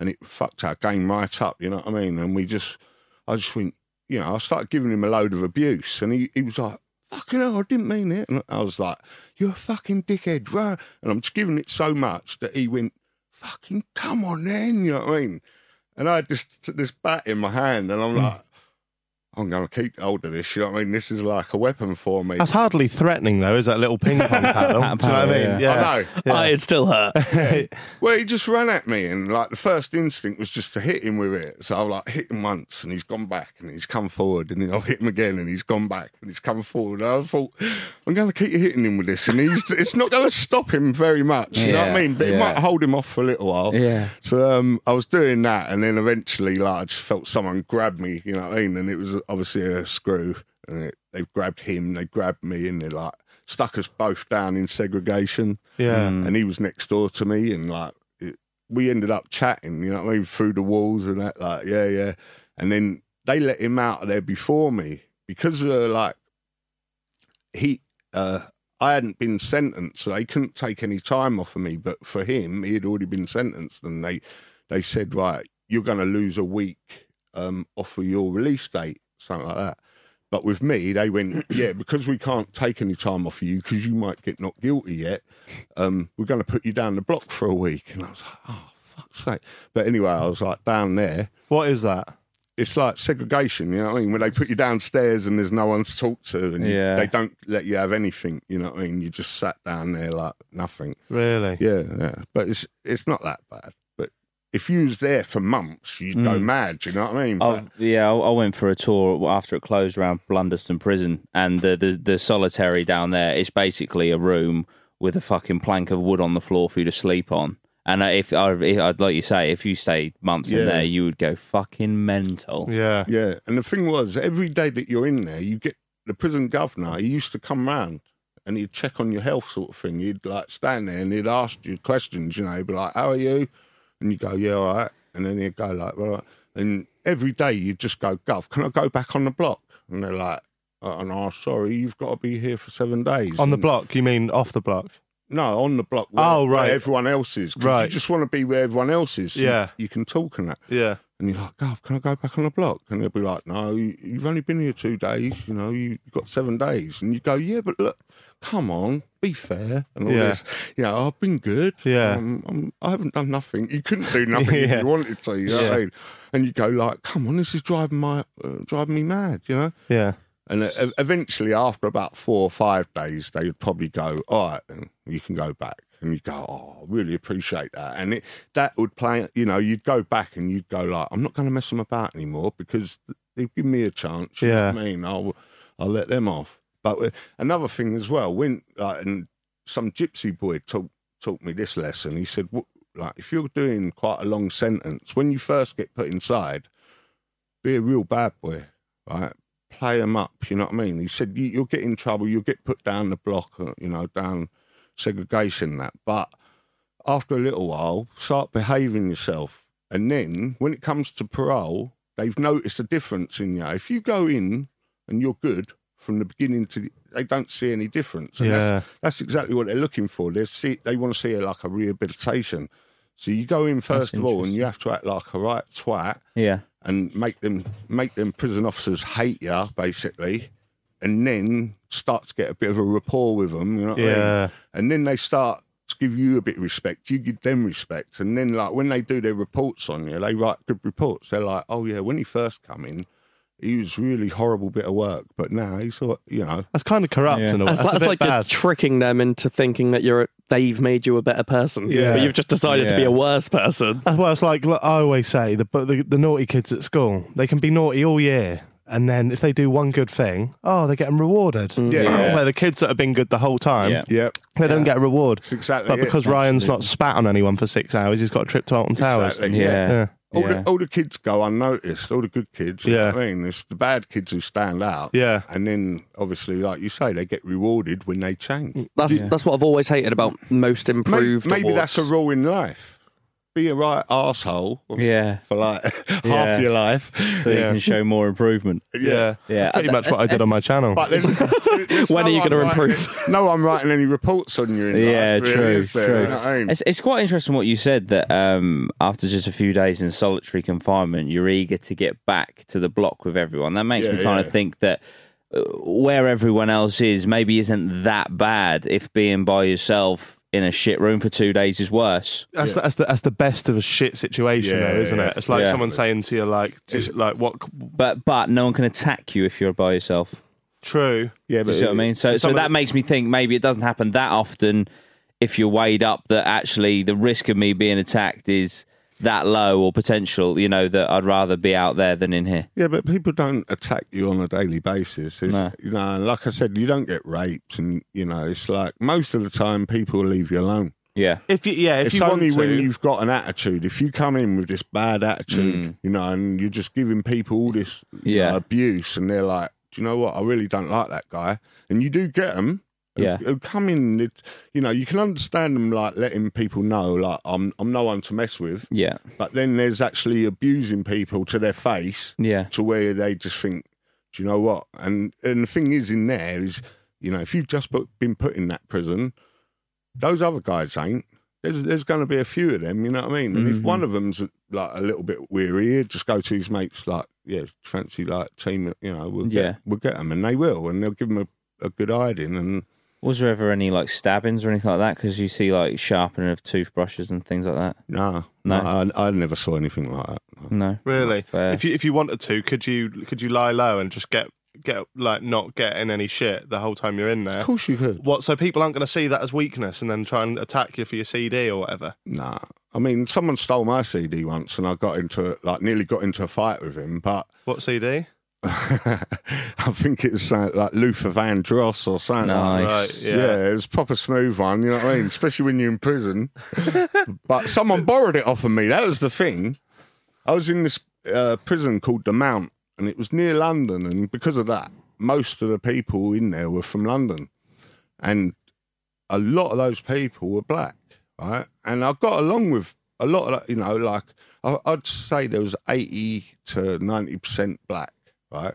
Speaker 5: and it fucked our game right up, you know what I mean? And we just, I just went, you know, I started giving him a load of abuse and he, he was like, fucking hell, I didn't mean it. And I was like, you're a fucking dickhead, bro. And I'm just giving it so much that he went, fucking come on then, you know what I mean? And I had this, this bat in my hand and I'm like, I'm going to keep hold of this, you know what I mean? This is like a weapon for me.
Speaker 2: That's hardly threatening, though, is that little
Speaker 5: [laughs]
Speaker 2: ping pong paddle? Do you know what I mean?
Speaker 5: yeah. I know.
Speaker 3: Ah, it'd still hurt.
Speaker 5: Well, he just ran at me, and like the first instinct was just to hit him with it. So I like hit him once, and he's gone back, and he's come forward, and then I've hit him again, and he's gone back, and he's come forward. And I thought, I'm going to keep hitting him with this, and he's [laughs] it's not going to stop him very much. You know what I
Speaker 4: Yeah,
Speaker 5: mean? But it
Speaker 4: yeah.
Speaker 5: might hold him off for a little while.
Speaker 4: Yeah.
Speaker 5: So um, I was doing that, and then eventually, like I just felt someone grab me. You know what I mean? And it was obviously a screw, and it, they grabbed him, they grabbed me, and they like stuck us both down in segregation
Speaker 2: [laughs] Yeah.
Speaker 4: Hmm.
Speaker 5: and he was next door to me, and like it, we ended up chatting, you know what I mean, through the walls and that, like yeah, yeah. And then they let him out of there before me because uh, like he, uh, I hadn't been sentenced, so they couldn't take any time off of me. But for him, he had already been sentenced, and they they said right, you're going to lose a week um, off of your release date, something like that. But with me, they
Speaker 2: [clears throat]
Speaker 5: went, yeah, because we can't take any time off you because you might get not guilty yet. Um, we're going to put you down the block for a week. And I was like, oh, fuck's sake. But anyway, I was like down there.
Speaker 2: What is that?
Speaker 5: It's like segregation, you know what I mean? When they put you downstairs and there's no one to talk to and you-
Speaker 4: Yeah.
Speaker 5: they don't let you have anything, you know what I mean? You just sat down there like nothing.
Speaker 2: Really?
Speaker 5: Yeah, yeah. But it's it's not that bad. But if you was there for months, you'd
Speaker 2: Mm.
Speaker 5: go mad, you know what I mean?
Speaker 2: Oh,
Speaker 4: i yeah, I, I went for a tour after it closed around Blunderston Prison, and the, the the solitary down there is basically a room with a fucking plank of wood on the floor for you to sleep on. And I- if I, if- I'd like you say, if you stayed months
Speaker 5: Yeah.
Speaker 4: in there, you would go fucking mental.
Speaker 2: Yeah.
Speaker 5: Yeah, and the thing was, every day that you're in there, you get the prison governor. He used to come round and he'd check on your health, sort of thing. He'd like stand there and he'd ask you questions. You know, he'd be like, "How are you?" And you go, "Yeah, all right." And then he'd go like, "Well," all right." and every day you just go, "Gov, can I go back on the block?" And they're like. "Uh, And oh, sorry, you've got to be here for seven days.
Speaker 2: On the
Speaker 5: And-
Speaker 2: block? You mean off the block?
Speaker 5: no, on the block. Where,
Speaker 2: Oh, right.
Speaker 5: Where everyone else is. 'cause You
Speaker 2: Right.
Speaker 5: just want to be where everyone else is. so
Speaker 2: Yeah.
Speaker 5: You can talk and that.
Speaker 2: Yeah.
Speaker 5: And you're like, Gov, can I go back on the block? And they'll be like, No, you- you've only been here two days. You know, you've got seven days. And you go, Yeah, but look, come on, be fair. And all
Speaker 2: Yeah.
Speaker 5: this. You know, I've been good.
Speaker 2: Yeah.
Speaker 5: Um, I'm, I haven't done nothing. You couldn't
Speaker 2: [laughs]
Speaker 5: do nothing if
Speaker 2: Yeah.
Speaker 5: you wanted to. You know what I
Speaker 2: Yeah.
Speaker 5: mean? And you go, like, Come on, this is driving, my, uh, driving me mad, you know?
Speaker 2: Yeah.
Speaker 5: And e- eventually, after about four or five days, they would probably go, "All right, then you can go back." And you go, "Oh, I really appreciate that." And it, that would play, you know, you'd go back and you'd go like, "I'm not going to mess them about anymore because they've given me a chance." You know
Speaker 2: Yeah.
Speaker 5: what I mean, I'll I'll let them off. But uh, another thing as well, when like, and some gypsy boy taught taught me this lesson. He said, "Wh- "Like if you're doing quite a long sentence, when you first get put inside, be a real bad boy, right? Play them up. You know what I mean?" He said, you, "You'll get in trouble. You'll get put down the block. uh, You know, down segregation and that, but." after a little while, start behaving yourself. And then when it comes to parole, they've noticed a difference in you. If you go in and you're good from the beginning to the, they don't see any difference. And that's, that's exactly what they're looking for. They see they want to see it like a rehabilitation. So you go in first of all and you have to act like a right twat
Speaker 4: Yeah.
Speaker 5: and make them make them prison officers hate you basically, and then start to get a bit of a rapport with them. You know what I
Speaker 2: Yeah.
Speaker 5: mean? And then they start to give you a bit of respect. You give them respect, and then like when they do their reports on you, they write good reports. They're like, oh yeah, when he first come in, he was really horrible bit of work, but now he's all- you
Speaker 2: [laughs]
Speaker 5: know.
Speaker 2: That's kind of corrupt in a way.
Speaker 3: That's,
Speaker 2: That's,
Speaker 3: like,
Speaker 2: a
Speaker 3: that's
Speaker 2: bit
Speaker 3: like you're
Speaker 2: bad.
Speaker 3: tricking them into thinking that you're a, they've made you a better person,
Speaker 5: Yeah.
Speaker 3: but you've just decided to be
Speaker 4: Yeah.
Speaker 3: a worse person.
Speaker 2: That's why it's like look, I always say the, but the the naughty kids at school they can be naughty all year, and then if they do one good thing, oh, they're getting rewarded.
Speaker 5: Yeah.
Speaker 2: where the kids that have been good the whole time,
Speaker 4: Yeah.
Speaker 5: Yeah,
Speaker 2: they don't get a reward.
Speaker 5: exactly
Speaker 2: But
Speaker 5: it.
Speaker 2: because Ryan's not spat on anyone for six hours, he's got a trip to Alton Towers.
Speaker 5: Exactly,
Speaker 4: Yeah.
Speaker 2: Yeah.
Speaker 5: All,
Speaker 4: Yeah.
Speaker 5: the, all the kids go unnoticed, all the good kids. You know
Speaker 2: Yeah.
Speaker 5: what I mean, it's the bad kids who stand out.
Speaker 2: Yeah.
Speaker 5: And then, obviously, like you say, they get rewarded when they change.
Speaker 3: That's that's what I've always hated about most
Speaker 5: May-
Speaker 3: improved.
Speaker 5: Maybe, that's a
Speaker 3: awards.
Speaker 5: rule in life. Be a right asshole
Speaker 4: Yeah.
Speaker 5: for like [laughs]
Speaker 4: Yeah.
Speaker 5: half your life.
Speaker 4: So you can show more improvement.
Speaker 5: Yeah.
Speaker 4: Yeah.
Speaker 2: That's pretty much what I did on my channel.
Speaker 5: But there's, there's
Speaker 3: When are you
Speaker 5: one
Speaker 3: gonna
Speaker 5: writing-
Speaker 3: improve?
Speaker 5: [laughs] no one writing any reports on you in
Speaker 4: Yeah,
Speaker 5: life. really,
Speaker 4: true,
Speaker 5: is there?
Speaker 4: true.
Speaker 5: You know what I mean?
Speaker 4: It's, it's quite interesting what you said that um, after just a few days in solitary confinement, you're eager to get back to the block with everyone. That makes
Speaker 5: Yeah,
Speaker 4: me kind
Speaker 5: yeah.
Speaker 4: of think that uh, where everyone else is maybe isn't that bad if being by yourself in a shit room for two days is worse.
Speaker 2: That's, that's, the, that's the best of a shit situation,
Speaker 5: Yeah,
Speaker 2: though, isn't
Speaker 5: yeah.
Speaker 2: it? It's like
Speaker 4: Yeah.
Speaker 2: someone saying to you, like, to, like what?
Speaker 4: But but no one can attack you if you're by yourself.
Speaker 2: True.
Speaker 5: Yeah, but
Speaker 4: Do you see what I mean? So, so
Speaker 2: some of
Speaker 4: that
Speaker 2: the-
Speaker 4: makes me think maybe it doesn't happen that often if you're weighed up that actually the risk of me being attacked is that low or potential, you know, that I'd rather be out there than in here.
Speaker 5: Yeah, but people don't attack you on a daily basis. It's,
Speaker 4: No.
Speaker 5: You know, and like I said, you don't get raped, and you know, it's like most of the time people leave you alone.
Speaker 4: Yeah.
Speaker 2: If you, yeah, if
Speaker 5: it's
Speaker 2: you want
Speaker 5: only
Speaker 2: to,
Speaker 5: when you've got an attitude. If you come in with this bad
Speaker 2: Mm.
Speaker 5: attitude, you know, and you're just giving people all this you
Speaker 4: Yeah.
Speaker 5: know, abuse, and they're like, "Do you know what? I really don't like that guy," and you do get them.
Speaker 4: Yeah.
Speaker 5: who come in. It, you know, you can understand them like letting people know, like I'm, I'm no one to mess with.
Speaker 4: Yeah.
Speaker 5: But then there's actually abusing people to their face
Speaker 4: Yeah.
Speaker 5: to where they just think, do you know what? And and the thing is, in there is, you know, if you've just put, been put in that prison, those other guys ain't. There's there's going to be a few of them. You know what I mean? And if
Speaker 4: Mm-hmm.
Speaker 5: one of them's like a little bit weary, he'd just go to his mates like, yeah, fancy like team. You know, we'll
Speaker 4: Yeah.
Speaker 5: get we'll get them, and they will, and they'll give them a, a good hiding. And
Speaker 4: Was there ever any like stabbings or anything like that? Because you see like sharpening of toothbrushes and things like that.
Speaker 5: no,
Speaker 4: No.
Speaker 5: no, I, I never saw anything like that.
Speaker 4: No.
Speaker 2: really.
Speaker 4: Fair.
Speaker 2: If you if you wanted to, could you could you lie low and just get get like not getting any shit the whole time you're in there?
Speaker 5: Of course you could.
Speaker 2: What? So people aren't going to see that as weakness and then try and attack you for your CD or whatever.
Speaker 5: Nah. I mean, someone stole my CD once, and I got into like nearly got into a fight with him, but
Speaker 2: What CD?
Speaker 5: I think it was something like Luther Vandross or something. Like
Speaker 4: Nice.
Speaker 5: that. Yeah.
Speaker 2: Right. Yeah.
Speaker 5: it was a proper smooth one. You know what I mean? Especially when you're in prison. but someone borrowed it off of me. That was the thing. I was in this uh, prison called the Mount, and it was near London, and because of that, most of the people in there were from London, and a lot of those people were black, right? And I got along with a lot of, that, you know, like I- I'd say there was eighty to ninety percent black, right?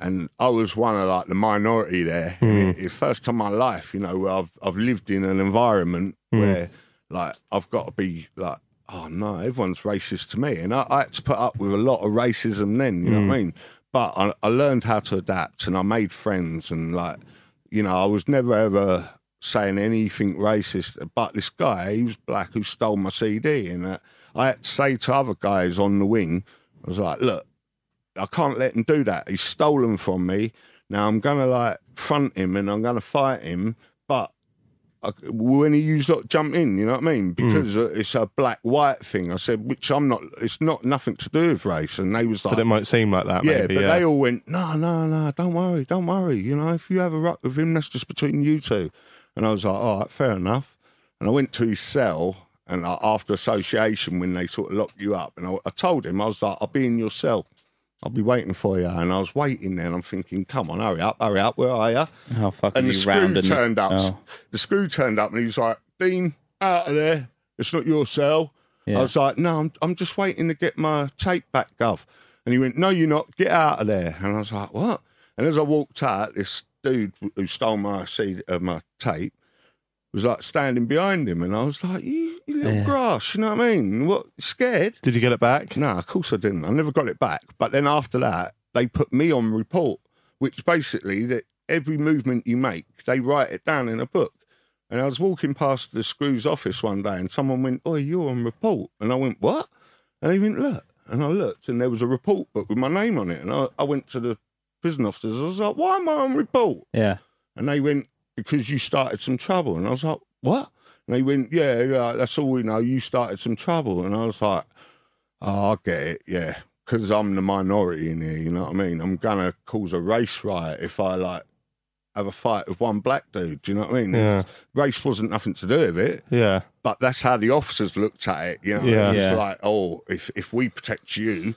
Speaker 5: And I was one of like the minority there. And it- It's first time in my life, you know, where I've I've lived in an environment where like I've got to be like, oh no, everyone's racist to me, and I, I had to put up with a lot of racism then. You know what I mean? But I, I learned how to adapt, and I made friends, and like, you know, I was never ever saying anything racist. But this guy, he was black, who stole my CD, and uh, I had to say to other guys on the wing, I was like, look, I can't let him do that. He's stolen from me. Now I'm gonna like front him and I'm gonna fight him, but I, when he used lot jump in, you know what I
Speaker 2: Hmm.
Speaker 5: mean? Because uh it's a black white thing. I said, which I'm not. It's not nothing to do with race. And they was like,
Speaker 2: But it might seem like that.
Speaker 5: yeah,
Speaker 2: maybe,
Speaker 5: but
Speaker 2: yeah.
Speaker 5: they all went, no, no, no, don't worry, don't worry. You know, if you have a rut with him, that's just between you two. And I was like, all right, fair enough. And I went to his cell, and like, after association, when they sort of locked you up, and I, I told him, I was like, I'll be in your cell. I'll be waiting for you. And I was waiting there, and I'm thinking, come on, hurry up, hurry up, where are you?
Speaker 4: How fucking
Speaker 5: and the
Speaker 4: you
Speaker 5: screw
Speaker 4: round and
Speaker 5: turned up.
Speaker 4: Oh.
Speaker 5: The screw turned up, and he was like, "Dean, out of there. It's not your cell."
Speaker 4: Yeah.
Speaker 5: I was like, "No, I'm, I'm just waiting to get my tape back, Gov." And he went, "No, you're not. Get out of there." And I was like, "What?" And as I walked out, this dude who stole my CD, uh, my tape was like standing behind him, and I was like, "You, you little
Speaker 4: Yeah.
Speaker 5: grass, you know what I mean? What scared?"
Speaker 2: Did you get it back?
Speaker 5: No, of course I didn't. I never got it back. But then after that, they put me on report, which basically that every movement you make, they write it down in a book. And I was walking past the Screws office one day, and someone went, "Oh, you're on report," and I went, "What?" And they went, "Look," and I looked, and there was a report book with my name on it. And I, I went to the prison officers. I was like, "Why am I on report?"
Speaker 4: Yeah.
Speaker 5: And they went, because you started some trouble. And I was like, what? And they went, yeah, yeah, that's all we know. You started some trouble. And I was like, oh, I get it. Yeah. Because I'm the minority in here. You know what I mean? I'm going to cause a race riot if I like have a fight with one black dude. Do you know what I mean?
Speaker 2: Yeah.
Speaker 5: Race wasn't nothing to do with it.
Speaker 2: Yeah.
Speaker 5: But that's how the officers looked at it. You know,
Speaker 2: Yeah.
Speaker 5: it's
Speaker 4: Yeah.
Speaker 5: like, oh, if, if we protect you,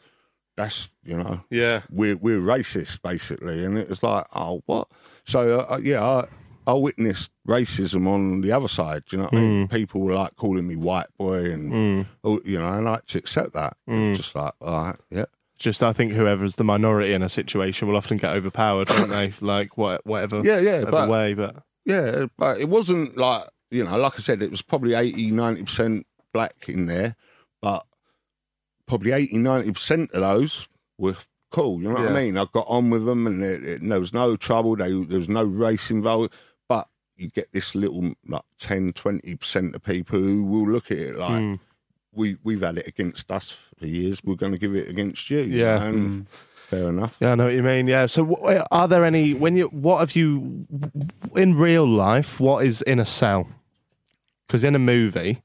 Speaker 5: that's, you know,
Speaker 2: Yeah.
Speaker 5: we're we're racist basically, and it was like, oh, what? So uh, uh, yeah, I, I witnessed racism on the other side. Do you know what I mean? People were like calling me white boy, and oh, you know, I like to accept that. It's just like, all right, yeah,
Speaker 2: Just I think whoever's the minority in a situation will often get overpowered, won't they? Like what, whatever.
Speaker 5: Yeah, yeah,
Speaker 2: whatever
Speaker 5: but-
Speaker 2: way, but
Speaker 5: yeah, but it wasn't like you know, like I said, it was probably 80 90 percent black in there, but probably 80 90 percent of those were cool. You know what
Speaker 6: Yeah.
Speaker 5: I mean? I got on with them, and it, it, there was no trouble. They, there was no race involved. But you get this little like 10 20 percent of people who will look at it like we we've had it against us for years. We're going to give it against you. you
Speaker 2: Yeah.
Speaker 5: know, and fair enough.
Speaker 2: Yeah, I know what you mean. Yeah. So, wh- uh, are there any when you what have you in real life? What is in a cell? Because in a movie,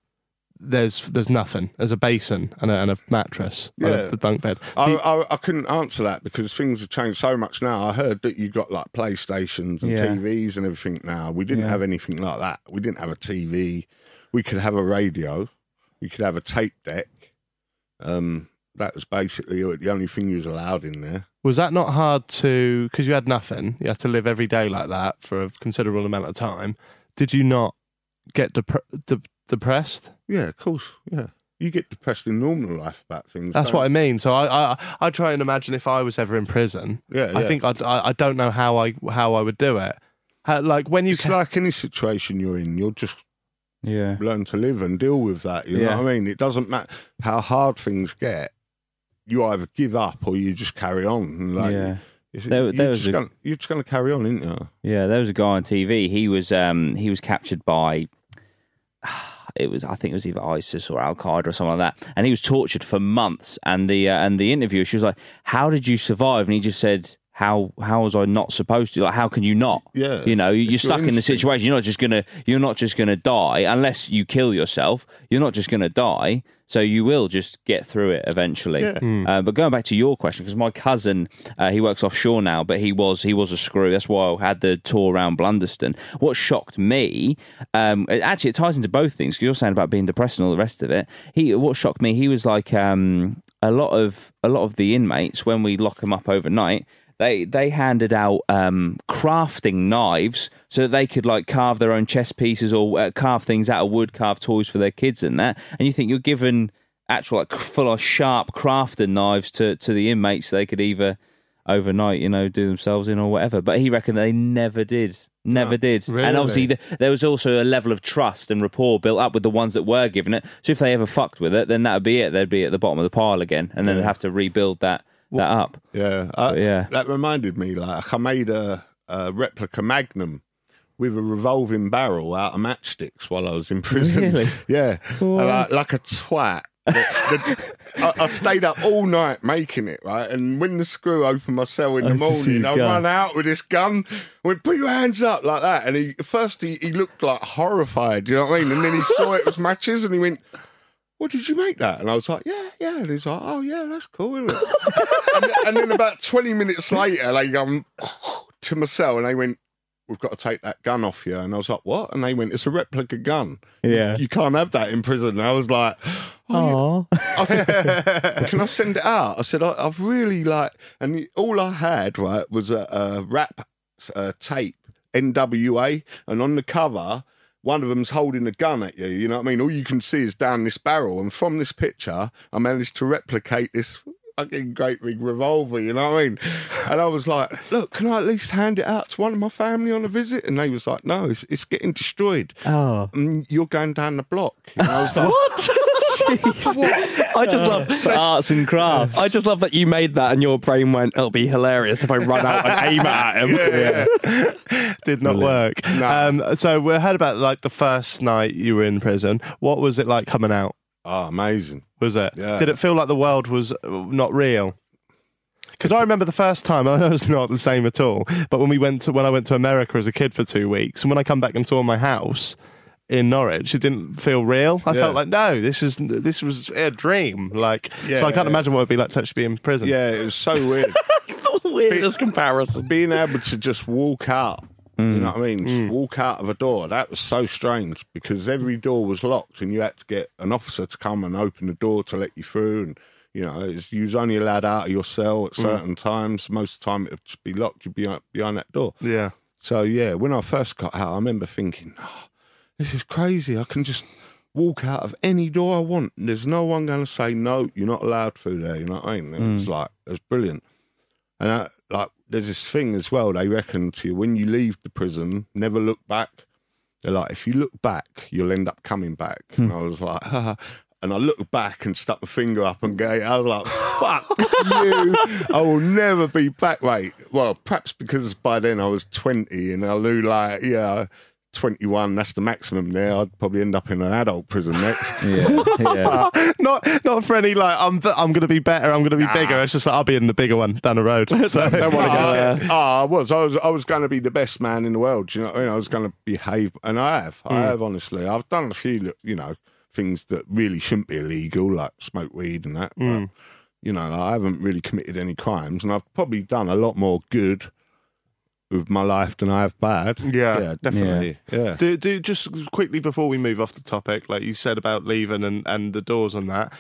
Speaker 2: there's there's nothing. There's a basin and a, and a mattress
Speaker 5: Yeah.
Speaker 2: and a bunk bed.
Speaker 5: I, I, I couldn't answer that because things have changed so much now. I heard that you got like PlayStations and
Speaker 4: Yeah.
Speaker 5: TVs and everything now. We didn't have anything like that. We didn't have a TV. We could have a radio. We could have a tape deck. Um, that was basically the only thing you was allowed in there.
Speaker 2: Was that not hard to because you had nothing? You had to live every day like that for a considerable amount of time. Did you not get depre- de- depressed?
Speaker 5: Yeah, of course. Yeah. You get depressed in normal life about things.
Speaker 2: That's
Speaker 5: don't
Speaker 2: what I mean. So I, I I try and imagine if I was ever in prison.
Speaker 5: Yeah,
Speaker 2: I
Speaker 5: yeah.
Speaker 2: think I'd, I I don't know how I how I would do it. How, like when you
Speaker 5: It's like any situation you're in, you'll just
Speaker 4: Yeah.
Speaker 5: learn to live and deal with that. You
Speaker 4: Yeah.
Speaker 5: know what I mean? It doesn't matter how hard things get. You either give up or you just carry on. And, Like,
Speaker 4: Yeah.
Speaker 5: you-
Speaker 4: There-
Speaker 5: you're,
Speaker 4: there was
Speaker 5: just
Speaker 4: a-
Speaker 5: gonna, you're just going to carry on, isn't you?
Speaker 4: Yeah, there was a guy on TV. He was um he was captured by [sighs] it was I think it was either ISIS or Al Qaeda or something like that, and he was tortured for months. And the uh, and the interviewer she was like, "How did you survive?" And he just said, "How how was I not supposed to? Like, how can you not?
Speaker 5: Yeah,
Speaker 4: you know, you-
Speaker 5: it's
Speaker 4: you're
Speaker 5: your
Speaker 4: stuck in the
Speaker 5: instinct.
Speaker 4: situation. You're not just gonna you're not just gonna die unless you kill yourself. You're not just gonna die." So you will just get through it eventually. Uh, but going back to your question, because my cousin, uh, he works offshore now, but he was he was a screw. That's why I had the tour around Blunderston. What shocked me, um, it- actually, it ties into both things. Because you're saying about being depressed and all the rest of it. He what shocked me, he was like um, a lot of a lot of the inmates when we lock them up overnight. They, they handed out um, crafting knives so that they could like carve their own chess pieces or uh, carve things out of wood, carve toys for their kids and that. And you think you're given actual like full of sharp crafting knives to to the inmates so they could either overnight you know do themselves in or whatever but he reckoned they never did never did and obviously th- there was also a level of trust and rapport built up with the ones that were given it so if they ever fucked with it then that would be it they'd be at the bottom of the pile again and then they'd have to rebuild that that up
Speaker 5: Yeah. I,
Speaker 4: yeah.
Speaker 5: That reminded me, like, I made a, a replica Magnum with a revolving barrel out of matchsticks while I was in prison.
Speaker 4: Really?
Speaker 5: [laughs] Yeah. And I- like a twat. The- the- I, I stayed up all night making it, right? And when the screw opened my cell in the morning, I run out with this gun. Went, put your hands up like that. And he first he, he looked like horrified, you know what I mean? And then he saw it was matches and he went, What did you make that? And I was like, Yeah, yeah. And he's like, Oh yeah, that's cool, isn't it? [laughs] and, then- and then about 20 minutes later, they um to my cell and they went, We've got to take that gun off you. And I was like, What? And they went, It's a replica gun.
Speaker 4: Yeah.
Speaker 5: You can't have that in prison. And I was like, Oh, you- I said, can I send it out? I said, I, I've really like, and the- all I had, right, was a, a rap uh, tape, NWA, and on the cover, one of them's holding a gun at you. You know what I mean? All you can see is down this barrel. And from this picture, I managed to replicate this fucking great big revolver. You know what I mean? And I was like, look, can I at least hand it out to one of my family on a visit? And they was like, no, it's, it's getting destroyed.
Speaker 3: [laughs]
Speaker 5: Oh. And you're going down the block. And I was like, [laughs]
Speaker 3: I just [laughs] love
Speaker 4: arts and crafts
Speaker 3: I just love that you made that and your brain went, it'll be hilarious if I run out and aim it at him.
Speaker 2: did not work. Um, so we heard about like the first night you were in prison. What was it like coming out?
Speaker 5: oh, amazing.
Speaker 2: Was it?
Speaker 5: Yeah.
Speaker 2: Did it feel like the world was uh, not real? Because I remember the first time, I know it's not the same at all. But when we went to when I went to America as a kid for two weeks, and when I come back and saw my house in Norwich, it didn't feel real. I
Speaker 5: Yeah.
Speaker 2: felt like no, this is this was a dream. Like so, I
Speaker 5: Yeah.
Speaker 2: can't imagine what it'd be like to actually be in prison.
Speaker 5: Yeah, it was so
Speaker 3: [laughs]
Speaker 5: weird.
Speaker 3: Weirdest comparison. Mm.
Speaker 5: Being able to just walk out, you know what I mean? Just walk out of a door. That was so strange because every door was locked and you had to get an officer to come and open the door to let you through. And, you know, it was, you was only allowed out of your cell
Speaker 3: Mm.
Speaker 5: at certain times. Most of the time it would just be locked. You'd be out- behind that door.
Speaker 2: yeah.
Speaker 5: So, yeah, when I first got out, I remember thinking, oh, this is crazy. I can just walk out of any door I want. And there's no one going to say, no, you're not allowed through there. You know what I mean? And It's like, it's brilliant. And I, like, there's this thing as well. They reckon to you when you leave the prison, never look back. They're like, if you look back, you'll end up coming back. And I was like, and I look back and stuck the finger up and go, I was like, fuck you. I will never be back, mate. Well, perhaps because by then I was 20 and I knew, like, yeah, 21, that's the maximum now. I'd probably end up in an adult prison next.
Speaker 4: [laughs] Yeah, yeah.
Speaker 2: [laughs] not not for any like I'm I'm gonna be better. I'm gonna be bigger. It's just like I'll be in the bigger one down the road.
Speaker 5: [laughs]
Speaker 2: So don't
Speaker 5: Oh, yeah. Oh, I was. I was. I was going to be the best man in the world. do You know, what I, mean? I was going to behave, and I have. I have honestly. I've done a few, you know, things that really shouldn't be illegal, like smoke weed and that. But, you know, I haven't really committed any crimes, and I've probably done a lot more good with my life than I have bad.
Speaker 2: Yeah.
Speaker 5: yeah, definitely. Yeah.
Speaker 2: Do, do just quickly before we move off the topic, like you said about leaving and, and the doors on that,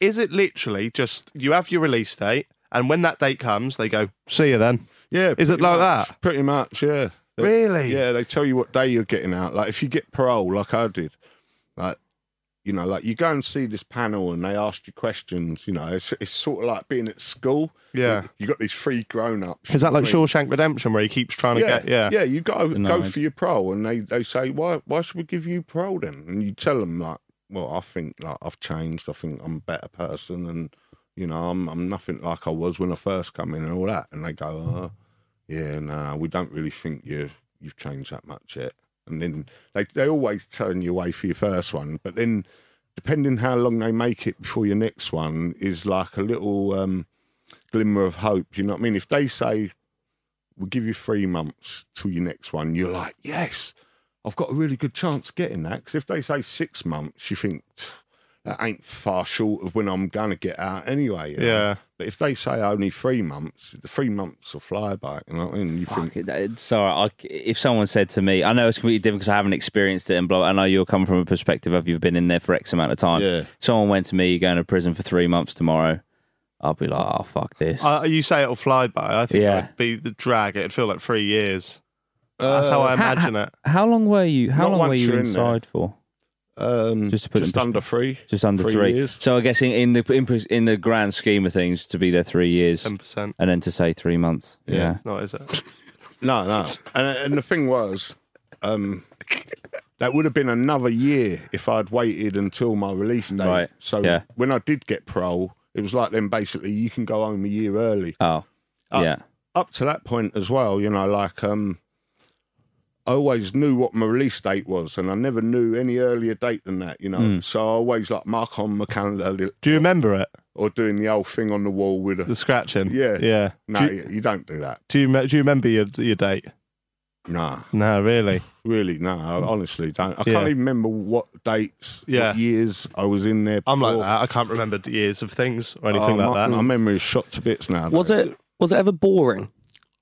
Speaker 2: is it literally just you have your release date and when that date comes, they go, see you then?
Speaker 5: Yeah.
Speaker 2: Is it
Speaker 5: pretty
Speaker 2: like
Speaker 5: much,
Speaker 2: that?
Speaker 5: Pretty much, yeah. They-
Speaker 2: Really?
Speaker 5: Yeah, they tell you what day you're getting out. Like if you get parole, like I did, like you know, like you go and see this panel and they ask you questions. You know, it's, it's sort of like being at school.
Speaker 2: Yeah.
Speaker 5: You- you got these three grown ups.
Speaker 2: Is that like Shawshank Redemption where he keeps trying to
Speaker 5: Yeah,
Speaker 2: get, yeah.
Speaker 5: yeah. You got to go
Speaker 4: Denied.
Speaker 5: for your parole, and they, they say, why why should we give you parole then? And you tell them like, well, I think like I've changed. I think I'm a better person, and you know, I'm I'm nothing like I was when I first come in and all that. And they go, oh, yeah, nah, we don't really think you you've changed that much yet. And then they they always turn you away for your first one, but then depending how long they make it before your next one is like a little um, glimmer of hope. You know what I mean? If they say we'll give you three months till your next one, you're like, yes, I've got a really good chance of getting that. Because if they say six months, you think that ain't far short of when I'm gonna get out anyway. you know?
Speaker 2: Yeah.
Speaker 5: But if they say only three months, the three months will fly by. You know what I mean? You think,
Speaker 4: Fuck it, it's all right. I, if someone said to me, I know it's completely different because I haven't experienced it, and blah. I know you're coming from a perspective of you've been in there for X amount of time.
Speaker 5: Yeah.
Speaker 4: Someone went to me, you're going to prison for three months tomorrow. I'll be like, oh fuck this.
Speaker 2: [laughs] Uh, you say it'll fly by. I think
Speaker 4: Yeah.
Speaker 2: it would be the drag. It'd feel like three years. That's
Speaker 5: Uh,
Speaker 2: how I imagine it.
Speaker 4: how long were you? How
Speaker 5: Not
Speaker 4: long were
Speaker 5: once
Speaker 4: you
Speaker 5: you're in there.
Speaker 4: inside for?
Speaker 5: um,
Speaker 4: Just to put it in
Speaker 5: just
Speaker 4: perspe-
Speaker 5: under three,
Speaker 4: Just under three.
Speaker 5: years.
Speaker 4: So I guess in, in the in, pres- in the grand scheme of things, to be there three years,
Speaker 2: Ten percent.
Speaker 4: and then to say three months. Yeah.
Speaker 2: No, is it?
Speaker 5: No, no. And, and the thing was, um, that would have been another year if I'd waited until my release date.
Speaker 4: Right,
Speaker 5: So
Speaker 4: yeah.
Speaker 5: when I did get parole, it was like then basically you can go home a year early.
Speaker 4: Oh. yeah.
Speaker 5: Up to that point as well, you know, like um, I always knew what my release date was, and I never knew any earlier date than that, you know.
Speaker 4: Hmm.
Speaker 5: So I always like mark on my calendar
Speaker 2: Do you remember it?
Speaker 5: or doing the old thing on the wall with
Speaker 2: The
Speaker 5: a.
Speaker 2: scratching?
Speaker 5: Yeah.
Speaker 2: Yeah.
Speaker 5: No,
Speaker 2: Do you,
Speaker 5: you don't do that.
Speaker 2: do you, me- do you remember your, your date?
Speaker 5: Nah.
Speaker 2: No, really.
Speaker 5: Really, no, I honestly don't. I
Speaker 2: Yeah.
Speaker 5: can't even remember what dates,
Speaker 2: Yeah.
Speaker 5: what years I was in there.
Speaker 2: I'm like
Speaker 5: before.
Speaker 2: that. I can't remember the years of things or
Speaker 5: Oh,
Speaker 2: anything like
Speaker 5: my,
Speaker 2: that.
Speaker 5: My memory is shot to bits now.
Speaker 3: Was it was it ever boring?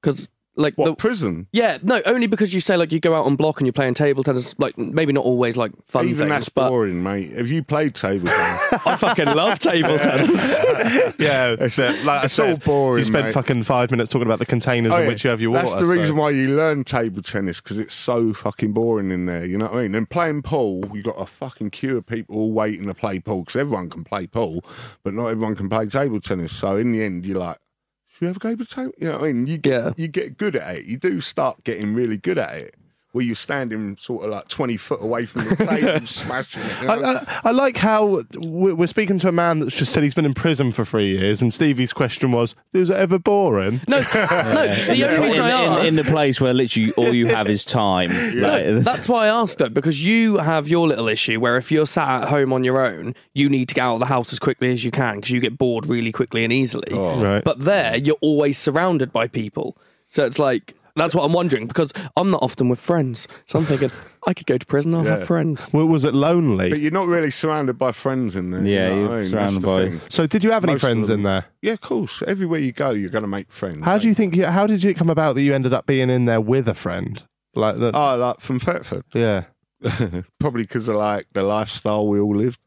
Speaker 3: Because like
Speaker 5: what
Speaker 3: the,
Speaker 5: prison?
Speaker 3: yeah, no, only because you say like you go out on block and you're playing table tennis. Like maybe not always like fun things,
Speaker 5: Even that's
Speaker 3: but
Speaker 5: boring, mate. Have you played table tennis?
Speaker 2: [laughs]
Speaker 3: I fucking love [laughs] table tennis.
Speaker 2: Yeah,
Speaker 5: It's, uh, like I
Speaker 2: it's all
Speaker 5: said,
Speaker 2: boring. You
Speaker 5: you
Speaker 2: spent
Speaker 5: spent
Speaker 2: fucking five minutes talking about the containers
Speaker 5: Oh,
Speaker 2: in
Speaker 5: yeah.
Speaker 2: which you have your water.
Speaker 5: That's the reason why you learn table tennis because it's so fucking boring in there. You know what I mean? And playing pool, you got a fucking queue of people all waiting to play pool because everyone can play pool, but not everyone can play table tennis. So in the end, you're like, should we have a go with table? You know what I mean? You get
Speaker 3: Yeah.
Speaker 5: you get good at it. You do start getting really good at it. Where you're standing sort of like 20 foot away from the table, smashing it. you know?
Speaker 2: I, I, I like how we're we're speaking to a man that's just said he's been in prison for three years, and Stevie's question was, "Is it ever boring?"
Speaker 3: [laughs] no, no. The only
Speaker 4: In,
Speaker 3: reason I asked
Speaker 4: in, in the place where literally all you have is
Speaker 5: [laughs]
Speaker 4: time. Like, [laughs]
Speaker 3: No,
Speaker 4: this-
Speaker 3: that's why I asked though, because you have your little issue where if you're sat at home on your own, you need to get out of the house as quickly as you can because you get bored really quickly and easily.
Speaker 2: Right.
Speaker 3: But there, you're always surrounded by people, so it's like that's what I'm wondering because I'm not often with friends. So I'm thinking I could go to prison. I'll have
Speaker 2: [laughs]
Speaker 3: friends.
Speaker 2: [laughs] Well, was it lonely?
Speaker 5: But you're not really surrounded by friends in there.
Speaker 4: Yeah,
Speaker 5: you know
Speaker 4: you're
Speaker 5: what I mean?
Speaker 4: surrounded
Speaker 5: That's the
Speaker 4: by-
Speaker 5: thing.
Speaker 2: so, did you have any
Speaker 5: Most of
Speaker 2: friends
Speaker 5: them-
Speaker 2: in there?
Speaker 5: Yeah, of course. Everywhere you go, you're going to make friends.
Speaker 2: How
Speaker 5: mate.
Speaker 2: do you think? you- How did it come about that you ended up being in there with a friend? Like that?
Speaker 5: Oh, like from Thetford. [laughs]
Speaker 2: yeah.
Speaker 5: Probably because of like the lifestyle we all lived.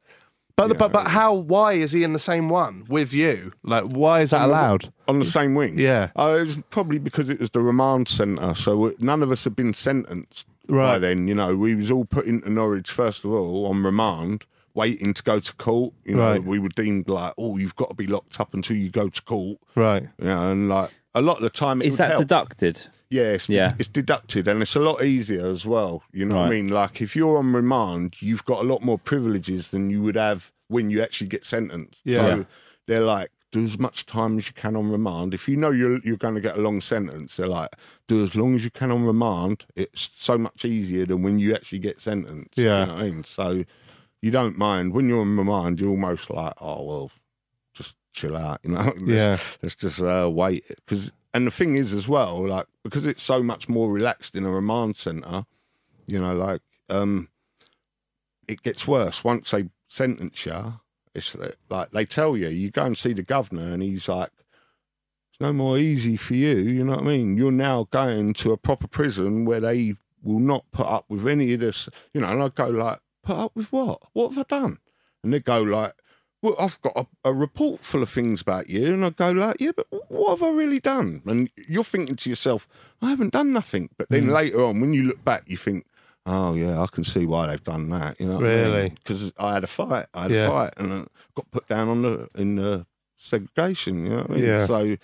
Speaker 2: But, but but how? Why is he in the same one with you? Like, why is that allowed?
Speaker 5: On the same wing?
Speaker 2: Yeah.
Speaker 5: Oh, it was probably because it was the remand centre, so we- none of us had been sentenced by
Speaker 2: Right.
Speaker 5: then. You know, we was all put into Norwich, first of all, on remand, waiting to go to court. You know,
Speaker 2: Right.
Speaker 5: we were deemed like, oh, you've got to be locked up until you go to court.
Speaker 2: Right.
Speaker 5: You know, and like, a lot of the time it
Speaker 4: is
Speaker 5: would
Speaker 4: that
Speaker 5: help.
Speaker 4: deducted?
Speaker 5: Yeah, it's,
Speaker 4: Yeah.
Speaker 5: it's deducted and it's a lot easier as well. You know what I
Speaker 4: Right.
Speaker 5: mean? Like if you're on remand, you've got a lot more privileges than you would have when you actually get sentenced.
Speaker 2: Yeah.
Speaker 5: So
Speaker 2: Yeah.
Speaker 5: they're like, do as much time as you can on remand. If you know you're you're going to get a long sentence, they're like, do as long as you can on remand. It's so much easier than when you actually get sentenced.
Speaker 2: Yeah.
Speaker 5: You know what I mean? So you don't mind when you're on remand. You're almost like, oh well, just chill out. You know? [laughs] Let's-
Speaker 2: Yeah.
Speaker 5: Let's just uh, wait because. And the thing is, as well, like because it's so much more relaxed in a remand center, you know, like um, it gets worse once they sentence you. It's li- like they tell you, you go and see the governor, and he's like, "It's no more easy for you." You know what I mean? You're now going to a proper prison where they will not put up with any of this. You know, and I go like, "Put up with what? What have I done?" And they go like, "Well, I've got a, a report full of things about you," and I go like, "Yeah, but what have I really done?" And you're thinking to yourself, "I haven't done nothing." But
Speaker 2: Hmm.
Speaker 5: then later on, when you look back, you think. Oh yeah, I can see why they've done that. You know,
Speaker 2: Really?
Speaker 5: because I had a fight. I had
Speaker 2: Yeah.
Speaker 5: a fight and I got put down on the in the segregation. You know what I mean?
Speaker 2: Yeah.
Speaker 5: So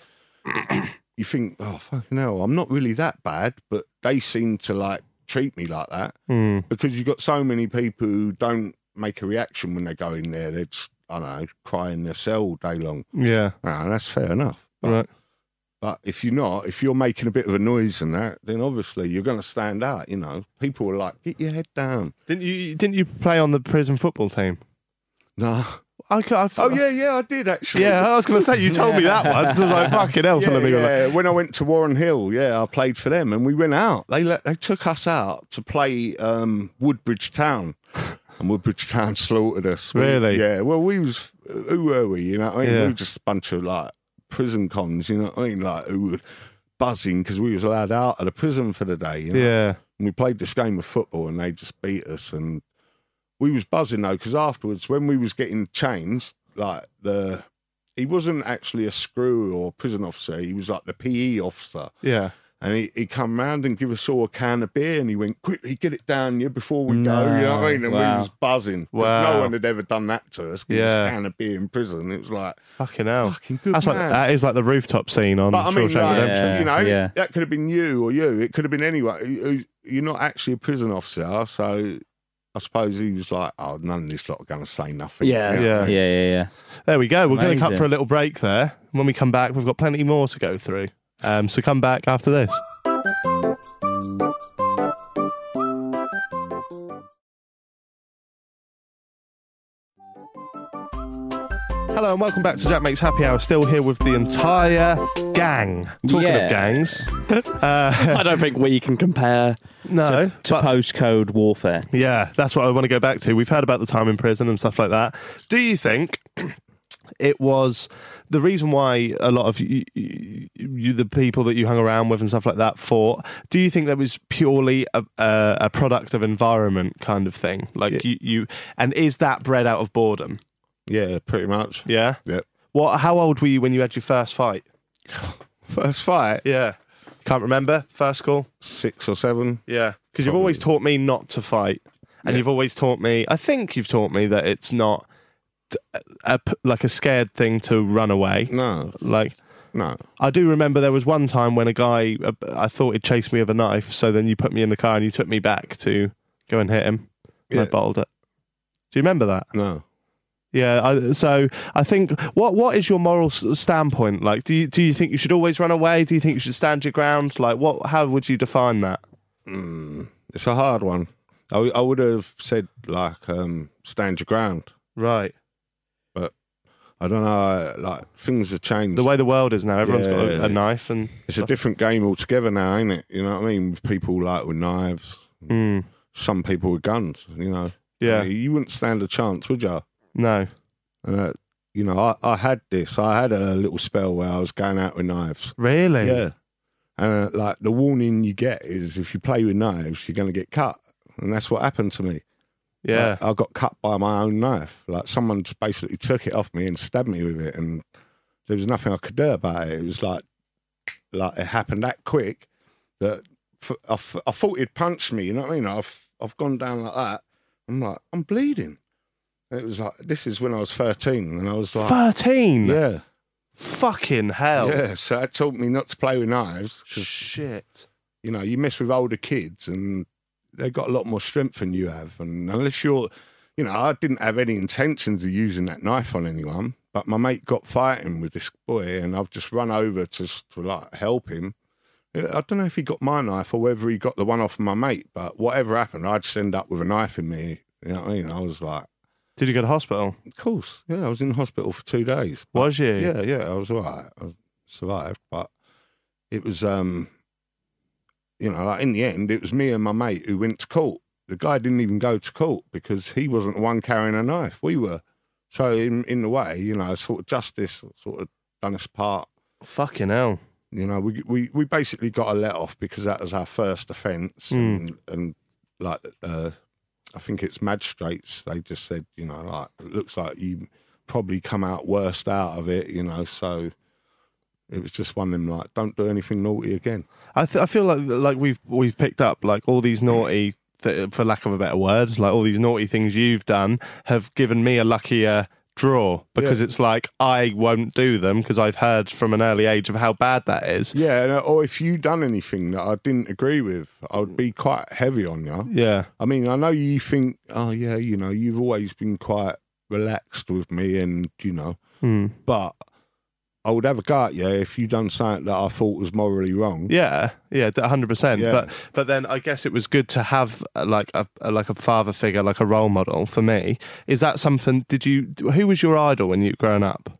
Speaker 5: you think, oh fucking hell, I'm not really that bad, but they seem to like treat me like that
Speaker 2: Hmm.
Speaker 5: because you've got so many people who don't make a reaction when they go in there. They just I don't know, cry in their cell all day long.
Speaker 2: Yeah.
Speaker 5: Ah, that's fair enough. But,
Speaker 2: Right.
Speaker 5: but if you're not, if you're making a bit of a noise and that, then obviously you're going to stand out. You know, people are like, get your head down.
Speaker 2: Didn't you? Didn't you play on the prison football team?
Speaker 5: No.
Speaker 2: I, ca- I
Speaker 5: Oh yeah, yeah, I did actually.
Speaker 2: Yeah, I was going to say [laughs] you told me that once. I was like, fucking hell,
Speaker 5: Yeah,
Speaker 2: Philip. Eagle.
Speaker 5: yeah. when I went to Warren Hill, yeah, I played for them, and we went out. They let, they took us out to play um, Woodbridge
Speaker 2: [laughs]
Speaker 5: Town, and Woodbridge Town slaughtered us. We-
Speaker 2: Really?
Speaker 5: Yeah. Well, we was who were we? You know, what I mean,
Speaker 2: Yeah.
Speaker 5: we were just a bunch of like prison cons. You know, what I mean, like who were buzzing because we was allowed out of the prison for the day. You know?
Speaker 2: Yeah.
Speaker 5: and we played this game of football and they just beat us and we was buzzing though because afterwards when we was getting changed like the he wasn't actually a screw or prison officer he was like the pe officer
Speaker 2: Yeah.
Speaker 5: and he, he come round and give us all a can of beer and he went quickly get it down you before we go you know what i mean and
Speaker 4: Wow.
Speaker 5: we was buzzing 'Cause
Speaker 2: Wow.
Speaker 5: no one had ever done that to us give
Speaker 2: Yeah.
Speaker 5: us a can of beer in prison it was like
Speaker 2: Fucking hell.
Speaker 5: Fucking good
Speaker 2: That's like
Speaker 5: man.
Speaker 2: that is like the rooftop scene on
Speaker 5: but I mean,
Speaker 2: Shawshank
Speaker 5: like,
Speaker 2: Redemption.
Speaker 4: Yeah,
Speaker 5: you know,
Speaker 4: yeah.
Speaker 5: that could have been you or you. It could have been anyone. You- you- You're not actually a prison officer, so I suppose he was like, "Oh, none of this lot are going to say nothing."
Speaker 3: Yeah.
Speaker 4: Yeah,
Speaker 2: Yeah.
Speaker 4: yeah, yeah.
Speaker 2: There we go. We're going to cut
Speaker 4: Amazing.
Speaker 2: for a little break there. When we come back, we've got plenty more to go through. Um, so come back after this. Hello and welcome back to Jack Makes Happy Hour. Still here with the entire gang. Talking
Speaker 4: Yeah.
Speaker 2: of gangs, uh,
Speaker 3: I don't think we can compare
Speaker 2: no,
Speaker 4: To
Speaker 2: but-
Speaker 4: postcode warfare.
Speaker 2: yeah, that's what I want to go back to. We've heard about the time in prison and stuff like that. Do you think [clears throat] it was the reason why a lot of you, you, you the people that you hung around with and stuff like that fought? Do you think that was purely a, a, a product of environment kind of thing? Like you, you, and is that bred out of boredom?
Speaker 5: yeah, pretty much.
Speaker 2: Yeah.
Speaker 5: Yep.
Speaker 2: What? How old were you when you had your first fight?
Speaker 5: First fight,
Speaker 2: Yeah. Can't remember. First school.
Speaker 5: six or seven.
Speaker 2: Yeah, because you've always taught me not to fight, and you've always taught me. I think you've taught me that it's not t- a, p- like a scared thing to run away.
Speaker 5: No,
Speaker 2: Like
Speaker 5: no.
Speaker 2: I do remember there was one time when a guy uh, I thought he'd chased me with a knife, so then you put me in the car and you took me back to go and hit him. And I
Speaker 5: Yeah.
Speaker 2: bottled it. Do you remember that?
Speaker 5: No,
Speaker 2: Yeah. I, so I think what what is your moral s- standpoint? Like, do you do you think you should always run away? Do you think you should stand your ground? Like, what? How would you define that?
Speaker 5: it's a hard one. I, w- I would have said like um, stand your ground.
Speaker 2: Right.
Speaker 5: I don't know. Like things have changed.
Speaker 2: the way the world is now. everyone's got a,
Speaker 5: Yeah.
Speaker 2: a knife and
Speaker 5: it's a different game altogether now, ain't it? You know what I mean? With people like with knives,
Speaker 2: Mm,
Speaker 5: some people with guns. You know.
Speaker 2: yeah,
Speaker 5: You wouldn't stand a chance, would you?
Speaker 2: no,
Speaker 5: And uh, you know, I, I had this. I had a little spell where I was going out with knives.
Speaker 2: really,
Speaker 5: Yeah. And uh, like the warning you get is if you play with knives, you're going to get cut. And that's what happened to me.
Speaker 2: yeah,
Speaker 5: Like, I got cut by my own knife. Like someone just basically took it off me and stabbed me with it. And there was nothing I could do about it. It was like, like it happened that quick that f- I, f- I thought he'd punched me. You know what I mean? I've, I've gone down like that. I'm like, I'm bleeding. And it was like, this is when I was 13. And I was like,
Speaker 2: thirteen,
Speaker 5: yeah.
Speaker 2: fucking hell,
Speaker 5: Yeah. So that taught me not to play with knives. 'cause
Speaker 2: shit,
Speaker 5: you know, you mess with older kids and they've got a lot more strength than you have. And unless you're, you you know, I didn't have any intentions of using that knife on anyone, but my mate got fighting with this boy, and I've just run over to, s- to like help him. I don't know if he got my knife or whether he got the one off my mate, but whatever happened, I'd just end up with a knife in me. You know what I mean? I was like,
Speaker 2: Did you go to hospital?
Speaker 5: of course, yeah, I was in hospital for two days.
Speaker 2: Was you?
Speaker 5: Yeah, yeah, I was all right. I survived, but it was, um, you know, like in the end, it was me and my mate who went to court. The guy didn't even go to court because he wasn't the one carrying a knife. We were. So, in, in a way, you know, sort of justice sort of done us part.
Speaker 2: Fucking hell.
Speaker 5: You know, we, we, we basically got a let off because that was our first offence. And, and like, uh, I think it's magistrates, they just said, you know, like, it looks like you probably come out worst out of it, you know. So it was just one of them, like, don't do anything naughty again.
Speaker 2: I, th- I feel like like we've we've picked up like all these naughty, th- for lack of a better word, like all these naughty things you've done have given me a luckier draw because
Speaker 5: Yeah.
Speaker 2: it's like I won't do them because I've heard from an early age of how bad that is.
Speaker 5: Yeah. and- uh, Or if you done anything that I didn't agree with, I would be quite heavy on you.
Speaker 2: Yeah,
Speaker 5: I mean, I know you think, oh yeah, you know, you've always been quite relaxed with me, and you know, but I would have a go at you if you done something that I thought was morally wrong.
Speaker 2: yeah, yeah, hundred percent.
Speaker 5: Yeah.
Speaker 2: But but then I guess it was good to have uh, like a a- like a father figure, like a role model for me. Is that something? Did you? Who was your idol when you were growing up?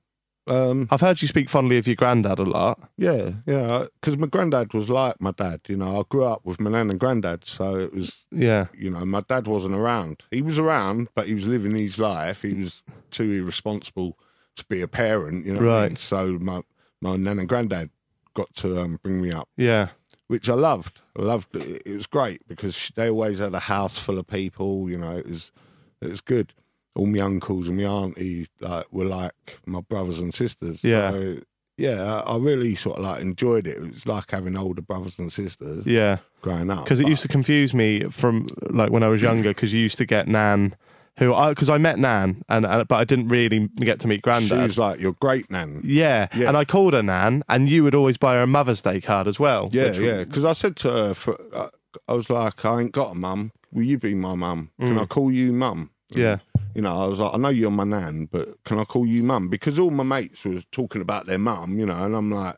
Speaker 5: Um,
Speaker 2: I've heard you speak fondly of your granddad a lot.
Speaker 5: yeah, yeah, because my granddad was like my dad. You know, I grew up with my nan and granddad, so it was,
Speaker 2: Yeah,
Speaker 5: you know, my dad wasn't around. He was around, but he was living his life. He was too irresponsible to be a parent. You know, what I mean?
Speaker 2: Right.
Speaker 5: So my my nan and granddad got to um, bring me up.
Speaker 2: yeah,
Speaker 5: which I loved. I loved it. It was great because they always had a house full of people. You know, it was it was good. All my uncles and my auntie like were like my brothers and sisters.
Speaker 2: Yeah.
Speaker 5: so, yeah. I I really sort of like enjoyed it. It was like having older brothers and sisters
Speaker 2: yeah.
Speaker 5: growing up.
Speaker 2: because it
Speaker 5: But-
Speaker 2: used to confuse me from like when I was younger because you used to get Nan, who I because I met Nan and, and but I didn't really get to meet
Speaker 5: She
Speaker 2: Grandad.
Speaker 5: was like your great nan.
Speaker 2: yeah.
Speaker 5: Yeah.
Speaker 2: and I called her Nan, and you would always buy her a Mother's Day card as well.
Speaker 5: Yeah,
Speaker 2: which-
Speaker 5: yeah. Because I said to her, for, I, I was like, I ain't got a mum. Will you be my mum? Can
Speaker 2: Mm.
Speaker 5: I call you mum?
Speaker 2: Yeah.
Speaker 5: You know, I was like, I know you're my nan, but can I call you mum? Because all my mates were talking about their mum, you know, and I'm like,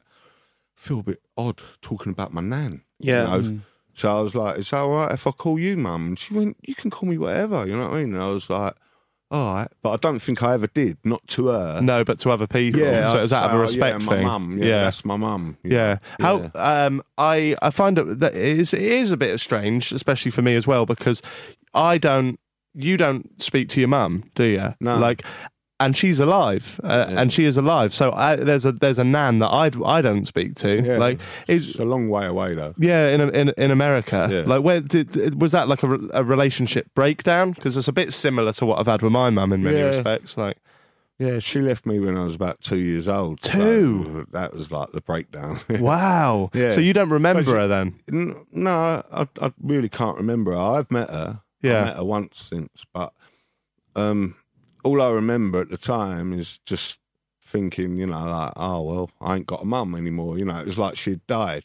Speaker 5: feel a bit odd talking about my nan.
Speaker 3: Yeah.
Speaker 5: You know?
Speaker 2: Mm.
Speaker 5: So I was like, is that all right if I call you mum? And she went, you can call me whatever, you know what I mean? And I was like, all right. But I don't think I ever did, not to her.
Speaker 2: No, but to other people.
Speaker 5: Yeah.
Speaker 2: so it was
Speaker 5: I'd
Speaker 2: out of
Speaker 5: say,
Speaker 2: a
Speaker 5: "Oh,
Speaker 2: respect
Speaker 5: yeah,
Speaker 2: thing.
Speaker 5: My mum. Yeah,
Speaker 2: yeah.
Speaker 5: That's my mum. you
Speaker 2: Yeah. How
Speaker 5: Yeah.
Speaker 2: um I I find it that it is it is a bit strange, especially for me as well, because I don't you don't speak to your mum, do you?
Speaker 5: No.
Speaker 2: Like and she's alive, uh, and she is alive. So I, there's a there's a nan that I I don't speak to.
Speaker 5: Yeah.
Speaker 2: Like
Speaker 5: It's
Speaker 2: is
Speaker 5: a long way away, though.
Speaker 2: yeah in in in America.
Speaker 5: Yeah.
Speaker 2: Like where did was that like a, re- a relationship breakdown? Because it's a bit similar to what I've had with my mum in many
Speaker 5: Yeah.
Speaker 2: respects. Like
Speaker 5: Yeah, she left me when I was about two years old. so
Speaker 2: Two?
Speaker 5: that was like the breakdown. [laughs]
Speaker 2: wow.
Speaker 5: Yeah.
Speaker 2: So you don't remember
Speaker 5: Well, she-
Speaker 2: her then?
Speaker 5: N- no, I, I really can't remember. her. I've met her.
Speaker 2: Yeah.
Speaker 5: I met her once since, but um, all I remember at the time is just thinking, you know, like, oh well, I ain't got a mum anymore. You know, it was like she'd died.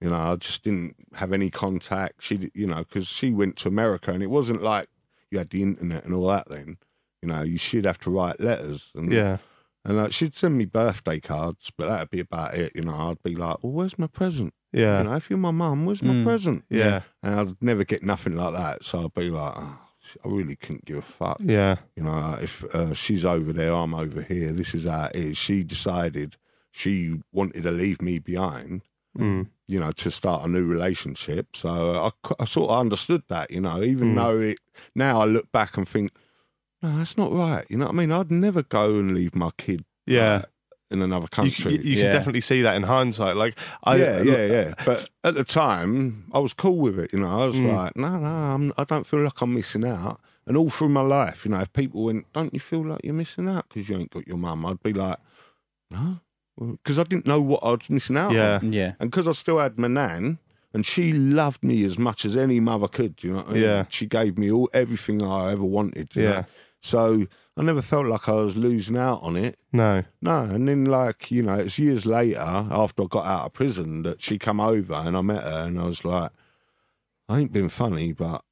Speaker 5: You know, I just didn't have any contact. She, you know, because she went to America, and it wasn't like you had the internet and all that. Then, you know, you should have to write letters. And
Speaker 2: Yeah.
Speaker 5: and like, she'd send me birthday cards, but that'd be about it. You know, I'd be like, well, where's my present?
Speaker 2: Yeah. Hmm.
Speaker 5: You know, if you're my mum, where's my present?
Speaker 2: Yeah.
Speaker 5: And I'd never get nothing like that. So I'd be like, oh, sh- I really couldn't give a fuck.
Speaker 2: Yeah.
Speaker 5: You know, like, if uh, she's over there, I'm over here. This is how it is. She decided she wanted to leave me behind,
Speaker 2: Mm.
Speaker 5: you know, to start a new relationship. So I, c- I sort of understood that, you know,
Speaker 2: Hmm.
Speaker 5: even though it, now I look back and think, no, that's not right. You know what I mean? I'd never go and leave my kid
Speaker 2: Yeah.
Speaker 5: in another
Speaker 2: You,
Speaker 5: country.
Speaker 2: you, you
Speaker 4: Yeah.
Speaker 2: can definitely see that in hindsight. Like, I, uh,
Speaker 5: yeah, yeah, yeah. But at the time, I was cool with it. You know, I
Speaker 2: Mm.
Speaker 5: was like, no, no, I'm, I don't feel like I'm missing out. And all through my life, you know, if people went, don't you feel like you're missing out because you ain't got your mum? I'd be like, no, because I didn't know what I was missing out.
Speaker 2: Yeah.
Speaker 5: on.
Speaker 4: Yeah.
Speaker 5: And because I still had my nan, and she loved me as much as any mother could. You know, what I mean?
Speaker 2: Yeah.
Speaker 5: She gave me all everything I ever wanted. you
Speaker 2: Yeah.
Speaker 5: know? So I never felt like I was losing out on it.
Speaker 2: No.
Speaker 5: No, and then like you know, it's years later after I got out of prison that she come over and I met her and I was like, I ain't been funny, but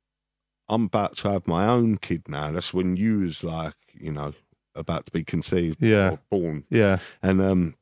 Speaker 5: I'm about to have my own kid now. That's when you was like, you know, about to be conceived
Speaker 2: Yeah.
Speaker 5: or born.
Speaker 2: Yeah.
Speaker 5: And um,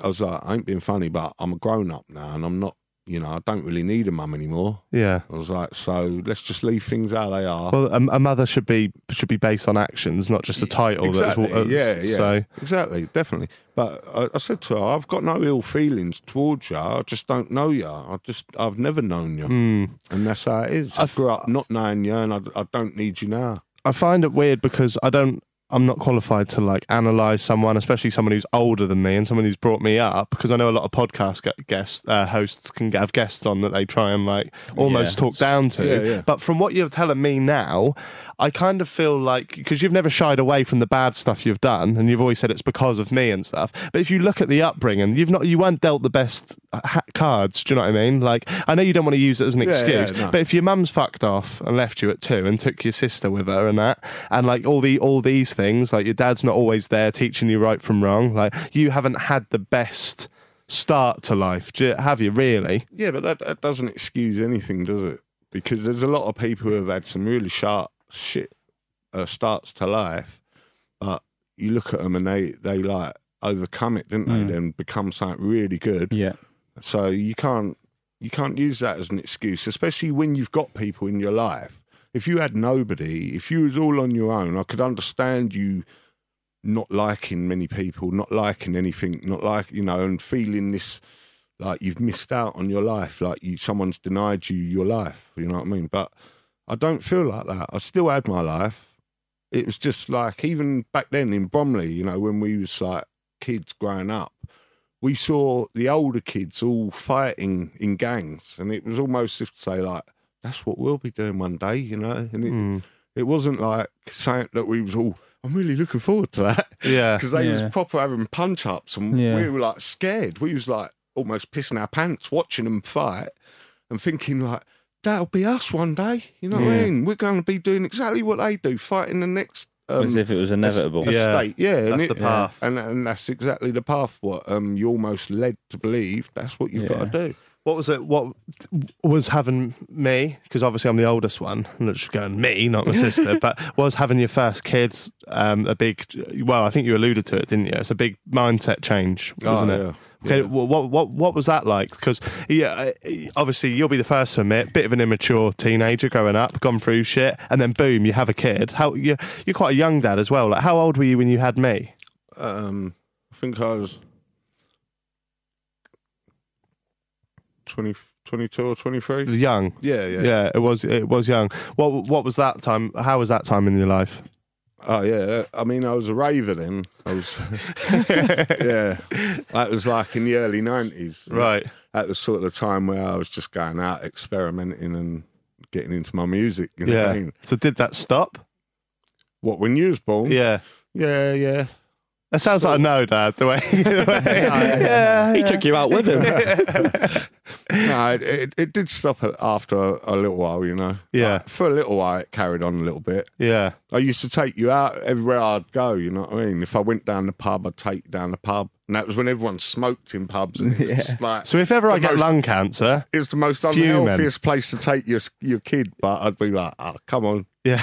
Speaker 5: I was like, I ain't being funny, but I'm a grown up now and I'm not, you know, I don't really need a mum anymore.
Speaker 2: Yeah.
Speaker 5: I was like, so let's just leave things how they are.
Speaker 2: Well, a, a mother should be should be based on actions, not just a title.
Speaker 5: exactly.
Speaker 2: That's, what- uh,
Speaker 5: yeah, yeah.
Speaker 2: So
Speaker 5: Exactly, definitely. But I, I said to her, I've got no ill feelings towards you. I just don't know you. I just, I've never known you.
Speaker 2: hmm.
Speaker 5: And that's how it is. Mm. I grew up not knowing you and I, I don't need you now.
Speaker 2: I find it weird because I don't. I'm not qualified to like analyze someone, especially someone who's older than me and someone who's brought me up. Because I know a lot of podcast gu- guest uh, hosts can have guests on that they try and like almost
Speaker 4: Yeah.
Speaker 2: talk down to.
Speaker 5: Yeah, yeah.
Speaker 2: But from what you're telling me now, I kind of feel like because you've never shied away from the bad stuff you've done, and you've always said it's because of me and stuff. But if you look at the upbringing, you've not you weren't dealt the best uh, ha- cards. Do you know what I mean? Like I know you don't want to use it as an
Speaker 5: Yeah, yeah,
Speaker 2: excuse,
Speaker 5: no.
Speaker 2: but if your mum's fucked off and left you at two and took your sister with her and that, and like all the all these things, like your dad's not always there teaching you right from wrong. Like you haven't had the best start to life, do you- have you? Really?
Speaker 5: Yeah, but that, that doesn't excuse anything, does it? Because there's a lot of people who have had some really sharp shit uh, starts to life, but you look at them and they, they like overcome it, didn't they? Then become something really good.
Speaker 4: Yeah.
Speaker 5: So you can't you can't use that as an excuse, especially when you've got people in your life. If you had nobody, if you was all on your own, I could understand you not liking many people, not liking anything, not like you know, and feeling this like you've missed out on your life, like you someone's denied you your life. You know what I mean? But I don't feel like that. I still had my life. It was just like even back then in Bromley, you know, when we was like kids growing up, we saw the older kids all fighting in gangs, and it was almost if to say like that's what we'll be doing one day, you know. And it it wasn't like saying that we was all. I'm really looking forward to that. [laughs]
Speaker 2: Yeah.
Speaker 5: because they
Speaker 4: Yeah.
Speaker 5: was proper having punch ups, and
Speaker 4: Yeah.
Speaker 5: we were like scared. We was like almost pissing our pants watching them fight, and thinking like that'll be us one day. You know what I mean? We're going to be doing exactly what they do, fighting the next. Um,
Speaker 4: As if it was inevitable.
Speaker 5: a
Speaker 2: Yeah.
Speaker 5: state, yeah. and
Speaker 2: That's the path.
Speaker 5: And, and that's exactly the path. What um, you almost led to believe that's what you've got to do.
Speaker 2: What was it? What was having me? Because obviously I'm the oldest one, and it's just going me, not my sister. But was having your first kids um, a big? Well, I think you alluded to it, didn't you? It's a big mindset change,
Speaker 5: Oh,
Speaker 2: wasn't it?
Speaker 5: yeah.
Speaker 2: Okay, wh- what what what was that like? Because yeah, I- obviously you'll be the first to admit, bit of an immature teenager growing up, gone through shit, and then boom, you have a kid. How you you're quite a young dad as well. Like how old were you when you had me?
Speaker 5: Um, I think I was 20, 22 or
Speaker 2: It
Speaker 5: 23.
Speaker 2: was young.
Speaker 5: Yeah, yeah.
Speaker 2: Yeah, it was it was young. What what was that time? How was that time in your life?
Speaker 5: Oh, yeah. I mean, I was a raver then. I
Speaker 2: [laughs]
Speaker 5: was, yeah. That was like in the early 90s.
Speaker 2: Right.
Speaker 5: That was sort of the time where I was just going out experimenting and getting into my music. You know what I
Speaker 2: Yeah.
Speaker 5: mean?
Speaker 2: So did that stop?
Speaker 5: What, when you was born?
Speaker 2: Yeah.
Speaker 5: Yeah, yeah.
Speaker 2: That sounds
Speaker 6: Oh,
Speaker 2: like a no, Dad. The way.
Speaker 6: [laughs]
Speaker 2: the way-
Speaker 3: He took you out with him.
Speaker 5: no, it, it, it did stop a- after a, a little while, you know.
Speaker 2: Yeah.
Speaker 5: Like, for a little while, it carried on a little bit.
Speaker 2: Yeah.
Speaker 5: I used to take you out everywhere I'd go, you know what I mean? If I went down the pub, I'd take you down the pub. And that was when everyone smoked in pubs.
Speaker 2: [laughs]
Speaker 5: And it was like,
Speaker 2: So if ever I
Speaker 5: the
Speaker 2: get
Speaker 5: most-
Speaker 2: lung cancer,
Speaker 5: it was the most
Speaker 2: Fuming.
Speaker 5: unhealthiest place to take your, your kid, but I'd be like, oh, come on,
Speaker 2: yeah,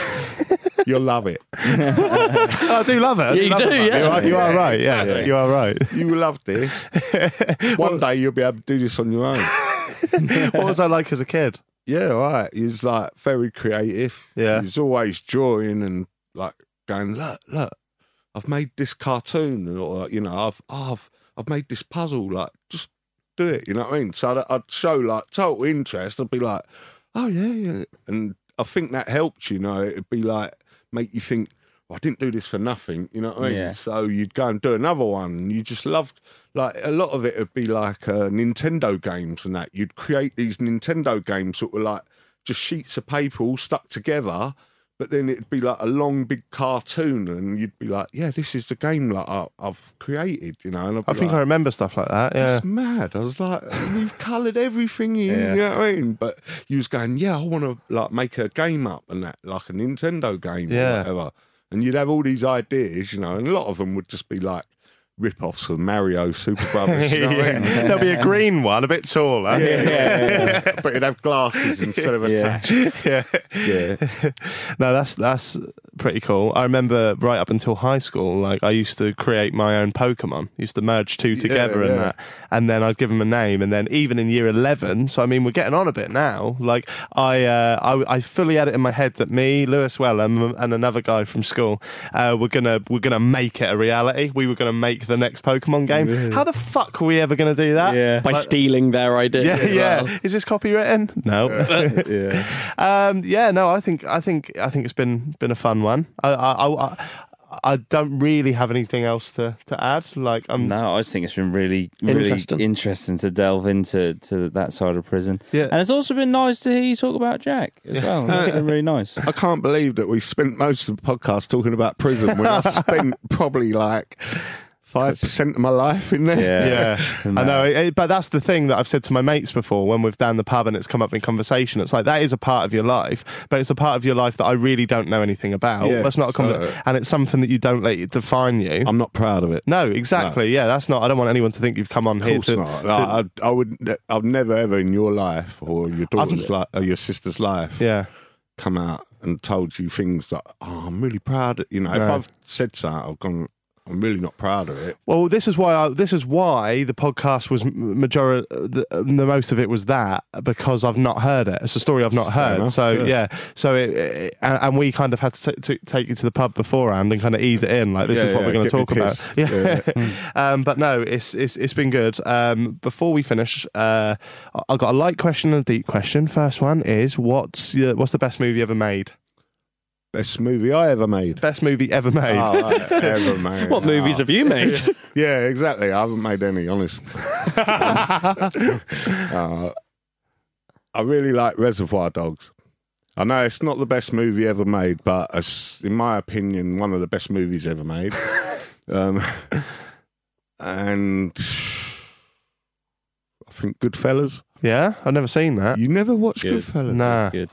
Speaker 5: you'll love it.
Speaker 2: I do love it. I
Speaker 3: Yeah, you
Speaker 2: love
Speaker 3: do,
Speaker 2: it, man.
Speaker 3: yeah.
Speaker 2: You are, you are right. Yeah,
Speaker 5: Exactly.
Speaker 2: you are right.
Speaker 5: You will love this.
Speaker 2: [laughs]
Speaker 5: One day you'll be able to do this on your own.
Speaker 2: What was I like as a kid?
Speaker 5: Yeah, all right. He was like very creative.
Speaker 2: Yeah.
Speaker 5: He was always drawing and like going, look, look, I've made this cartoon or, you know, I've, oh, I've, I've made this puzzle. Like, just do it. You know what I mean? So that I'd show like total interest. I'd be like, oh, yeah, yeah. And I think that helped, you know, it'd be like, make you think, well, I didn't do this for nothing. You know what I mean?
Speaker 4: Yeah.
Speaker 5: So you'd go and do another one. And you just loved, like, a lot of it would be like uh, Nintendo games and that. You'd create these Nintendo games that were like just sheets of paper all stuck together. But then it'd be like a long, big cartoon, and you'd be like, "Yeah, this is the game that I, I've created," you know. And I'd
Speaker 2: I
Speaker 5: be
Speaker 2: think
Speaker 5: like,
Speaker 2: I remember stuff like that. Yeah.
Speaker 5: it's mad. I was like, we've coloured everything in. You know what I mean? But you was going, yeah, I want to like make a game up and that, like a Nintendo game
Speaker 2: Yeah.
Speaker 5: or whatever. And you'd have all these ideas, you know, and a lot of them would just be like rip-offs of Mario Super Brothers. you know what I mean?
Speaker 6: Yeah. There'll be
Speaker 5: [laughs]
Speaker 6: a green one, a bit taller.
Speaker 5: Yeah, yeah, yeah. but it'd have glasses instead of a
Speaker 4: Yeah.
Speaker 5: touch. Yeah.
Speaker 6: No, that's that's pretty cool. I remember right up until high school, like I used to create my own Pokemon. Used to merge two together
Speaker 5: yeah.
Speaker 6: and that, and then I'd give them a name. And then even in year eleven, so I mean we're getting on a bit now. Like I, uh, I, I fully had it in my head that me, Lewis Wellham, and another guy from school uh, were gonna we're gonna make it a reality. We were gonna make the next Pokemon game. How the fuck were we ever gonna do that?
Speaker 4: Yeah.
Speaker 3: by stealing their ideas.
Speaker 6: Yeah,
Speaker 3: as
Speaker 6: yeah.
Speaker 3: well.
Speaker 6: Is this copywritten? No. [laughs] Um, yeah, no, I think I think I think it's been been a fun one. I I, I, I- I don't really have anything else to, to add. Like I'm
Speaker 4: No, I just think it's been really, really
Speaker 3: Interesting.
Speaker 4: interesting, to delve into to that side of prison.
Speaker 6: Yeah.
Speaker 4: and it's also been nice to hear you talk about Jack as well. It's been really nice.
Speaker 5: I can't believe that we spent most of the podcast talking about prison when I spent probably like five percent of my life in there.
Speaker 6: yeah,
Speaker 5: [laughs]
Speaker 6: I know. It- it- but that's the thing that I've said to my mates before when we've down the pub and it's come up in conversation. It's like that is a part of your life, but it's a part of your life that I really don't know anything about.
Speaker 5: Yeah,
Speaker 6: that's not a conver-
Speaker 5: so- Oh,
Speaker 6: and it's something that you don't let it define you.
Speaker 5: I'm not proud of it.
Speaker 6: no, exactly. Yeah, that's not. I don't want anyone to think you've come on
Speaker 5: Of
Speaker 6: here.
Speaker 5: course
Speaker 6: to,
Speaker 5: not.
Speaker 6: to-
Speaker 5: Like, I, I would. I've never ever in your life or your daughter's
Speaker 6: I've-
Speaker 5: life or your sister's life
Speaker 6: yeah,
Speaker 5: come out and told you things that oh, I'm really proud. Of, you know, if
Speaker 6: No.
Speaker 5: I've said something, I've gone. I'm really not proud of it.
Speaker 6: Well, this is why I, this is why the podcast was major. The, the most of it was that because I've not heard it. It's a story I've not heard.
Speaker 5: enough,
Speaker 6: so
Speaker 5: yeah.
Speaker 6: yeah, so it, it- and, and we kind of had to, t- to take you to the pub beforehand and kind of ease it in. Like this
Speaker 5: Yeah,
Speaker 6: is what
Speaker 5: yeah,
Speaker 6: we're going to
Speaker 5: get me
Speaker 6: talk about.
Speaker 5: pissed.
Speaker 6: Yeah. [laughs] um, but no, it's it's it's been good. Um, before we finish, uh, I- I've got a light question and a deep question. First one is what's your, what's the best movie ever made?
Speaker 5: Best movie I ever made.
Speaker 6: Best movie ever made.
Speaker 5: Oh,
Speaker 3: [laughs]
Speaker 5: right, ever made.
Speaker 3: What movies have you made?
Speaker 5: [laughs] Yeah, exactly. I haven't made
Speaker 3: [laughs]
Speaker 5: any, honest. uh, I really like Reservoir Dogs. I know it's not the best movie ever made, but it's, in my opinion, one of the best movies
Speaker 3: [laughs]
Speaker 5: ever made. um, and I think Goodfellas.
Speaker 6: [laughs] Yeah, I've never seen that.
Speaker 5: You never watched
Speaker 4: Good.
Speaker 5: Goodfellas?
Speaker 6: Nah.
Speaker 4: That's good.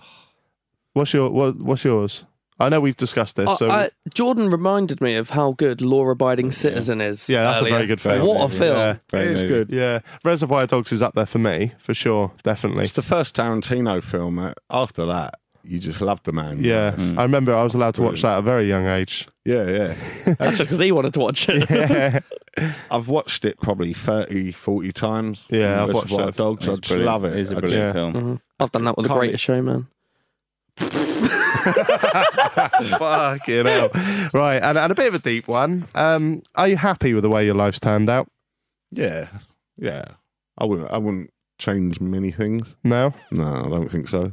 Speaker 6: What's your what, what's yours? I know we've discussed this.
Speaker 3: Uh,
Speaker 6: so
Speaker 3: uh, Jordan reminded me of how good Law Abiding Citizen is.
Speaker 6: yeah, that's
Speaker 3: earlier.
Speaker 6: a very good film.
Speaker 3: What a film.
Speaker 6: Yeah.
Speaker 5: It is good.
Speaker 6: Yeah. Reservoir Dogs is up there for me for sure, definitely.
Speaker 5: It's the first Tarantino film. uh, After that, you just love the man.
Speaker 6: Yeah, I remember I was allowed to watch that at a very young age.
Speaker 5: Yeah, yeah.
Speaker 3: That's just because he wanted to watch
Speaker 6: [laughs]
Speaker 3: it.
Speaker 5: I've watched it probably 30, 40 times.
Speaker 6: Yeah, I've watched
Speaker 5: Reservoir
Speaker 6: it.
Speaker 5: Dogs. I
Speaker 4: It's
Speaker 5: just
Speaker 4: brilliant.
Speaker 5: love it.
Speaker 4: It's a
Speaker 5: I
Speaker 4: brilliant
Speaker 6: Yeah.
Speaker 4: film.
Speaker 3: I've done that with The
Speaker 5: Can't
Speaker 3: Greatest Showman.
Speaker 6: Fuck you know. Right, and, and a bit of a deep one. Um, are you happy with the way your life's turned out?
Speaker 5: just- yeah, yeah. I wouldn't. I wouldn't change many things.
Speaker 6: No.
Speaker 5: No, I don't think so.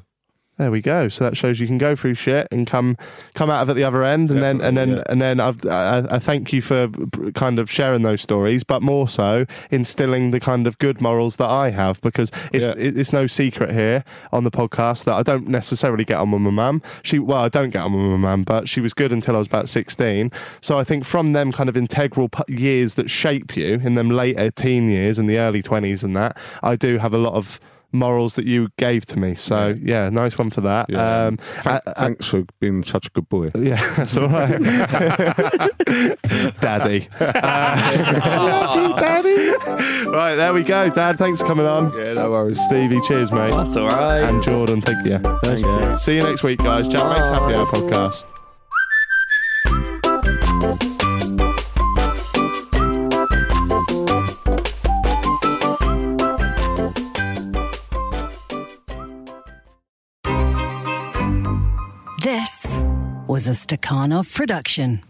Speaker 6: There we go. So that shows you can go through shit and come come out of it the other end, and then and then
Speaker 5: Definitely,
Speaker 6: and then I've, I, I thank you for b- kind of sharing those stories, but more so instilling the kind of good morals that I have because it's
Speaker 5: Yeah.
Speaker 6: it- it's no secret here on the podcast that I don't necessarily get on with my mum. She well, I don't get on with my mum, but she was good until I was about sixteen. So I think from them kind of integral p- years that shape you in them later teen years and the early twenties and that, I do have a lot of morals that you gave to me. So yeah, nice one for that.
Speaker 5: Yeah.
Speaker 6: Um,
Speaker 5: Thank-
Speaker 6: uh, uh,
Speaker 5: thanks for being such a good boy.
Speaker 6: yeah, [laughs] that's all right, Daddy. Daddy.
Speaker 3: [laughs]
Speaker 6: Uh, right, there we go, Dad. Thanks for coming on.
Speaker 5: Yeah, no worries.
Speaker 6: Stevie, cheers, mate.
Speaker 3: That's all right.
Speaker 6: And Jordan, thank you.
Speaker 4: Pleasure.
Speaker 6: See you next week, guys. Jack makes happy hour podcast.
Speaker 2: This was a Stakhanov production.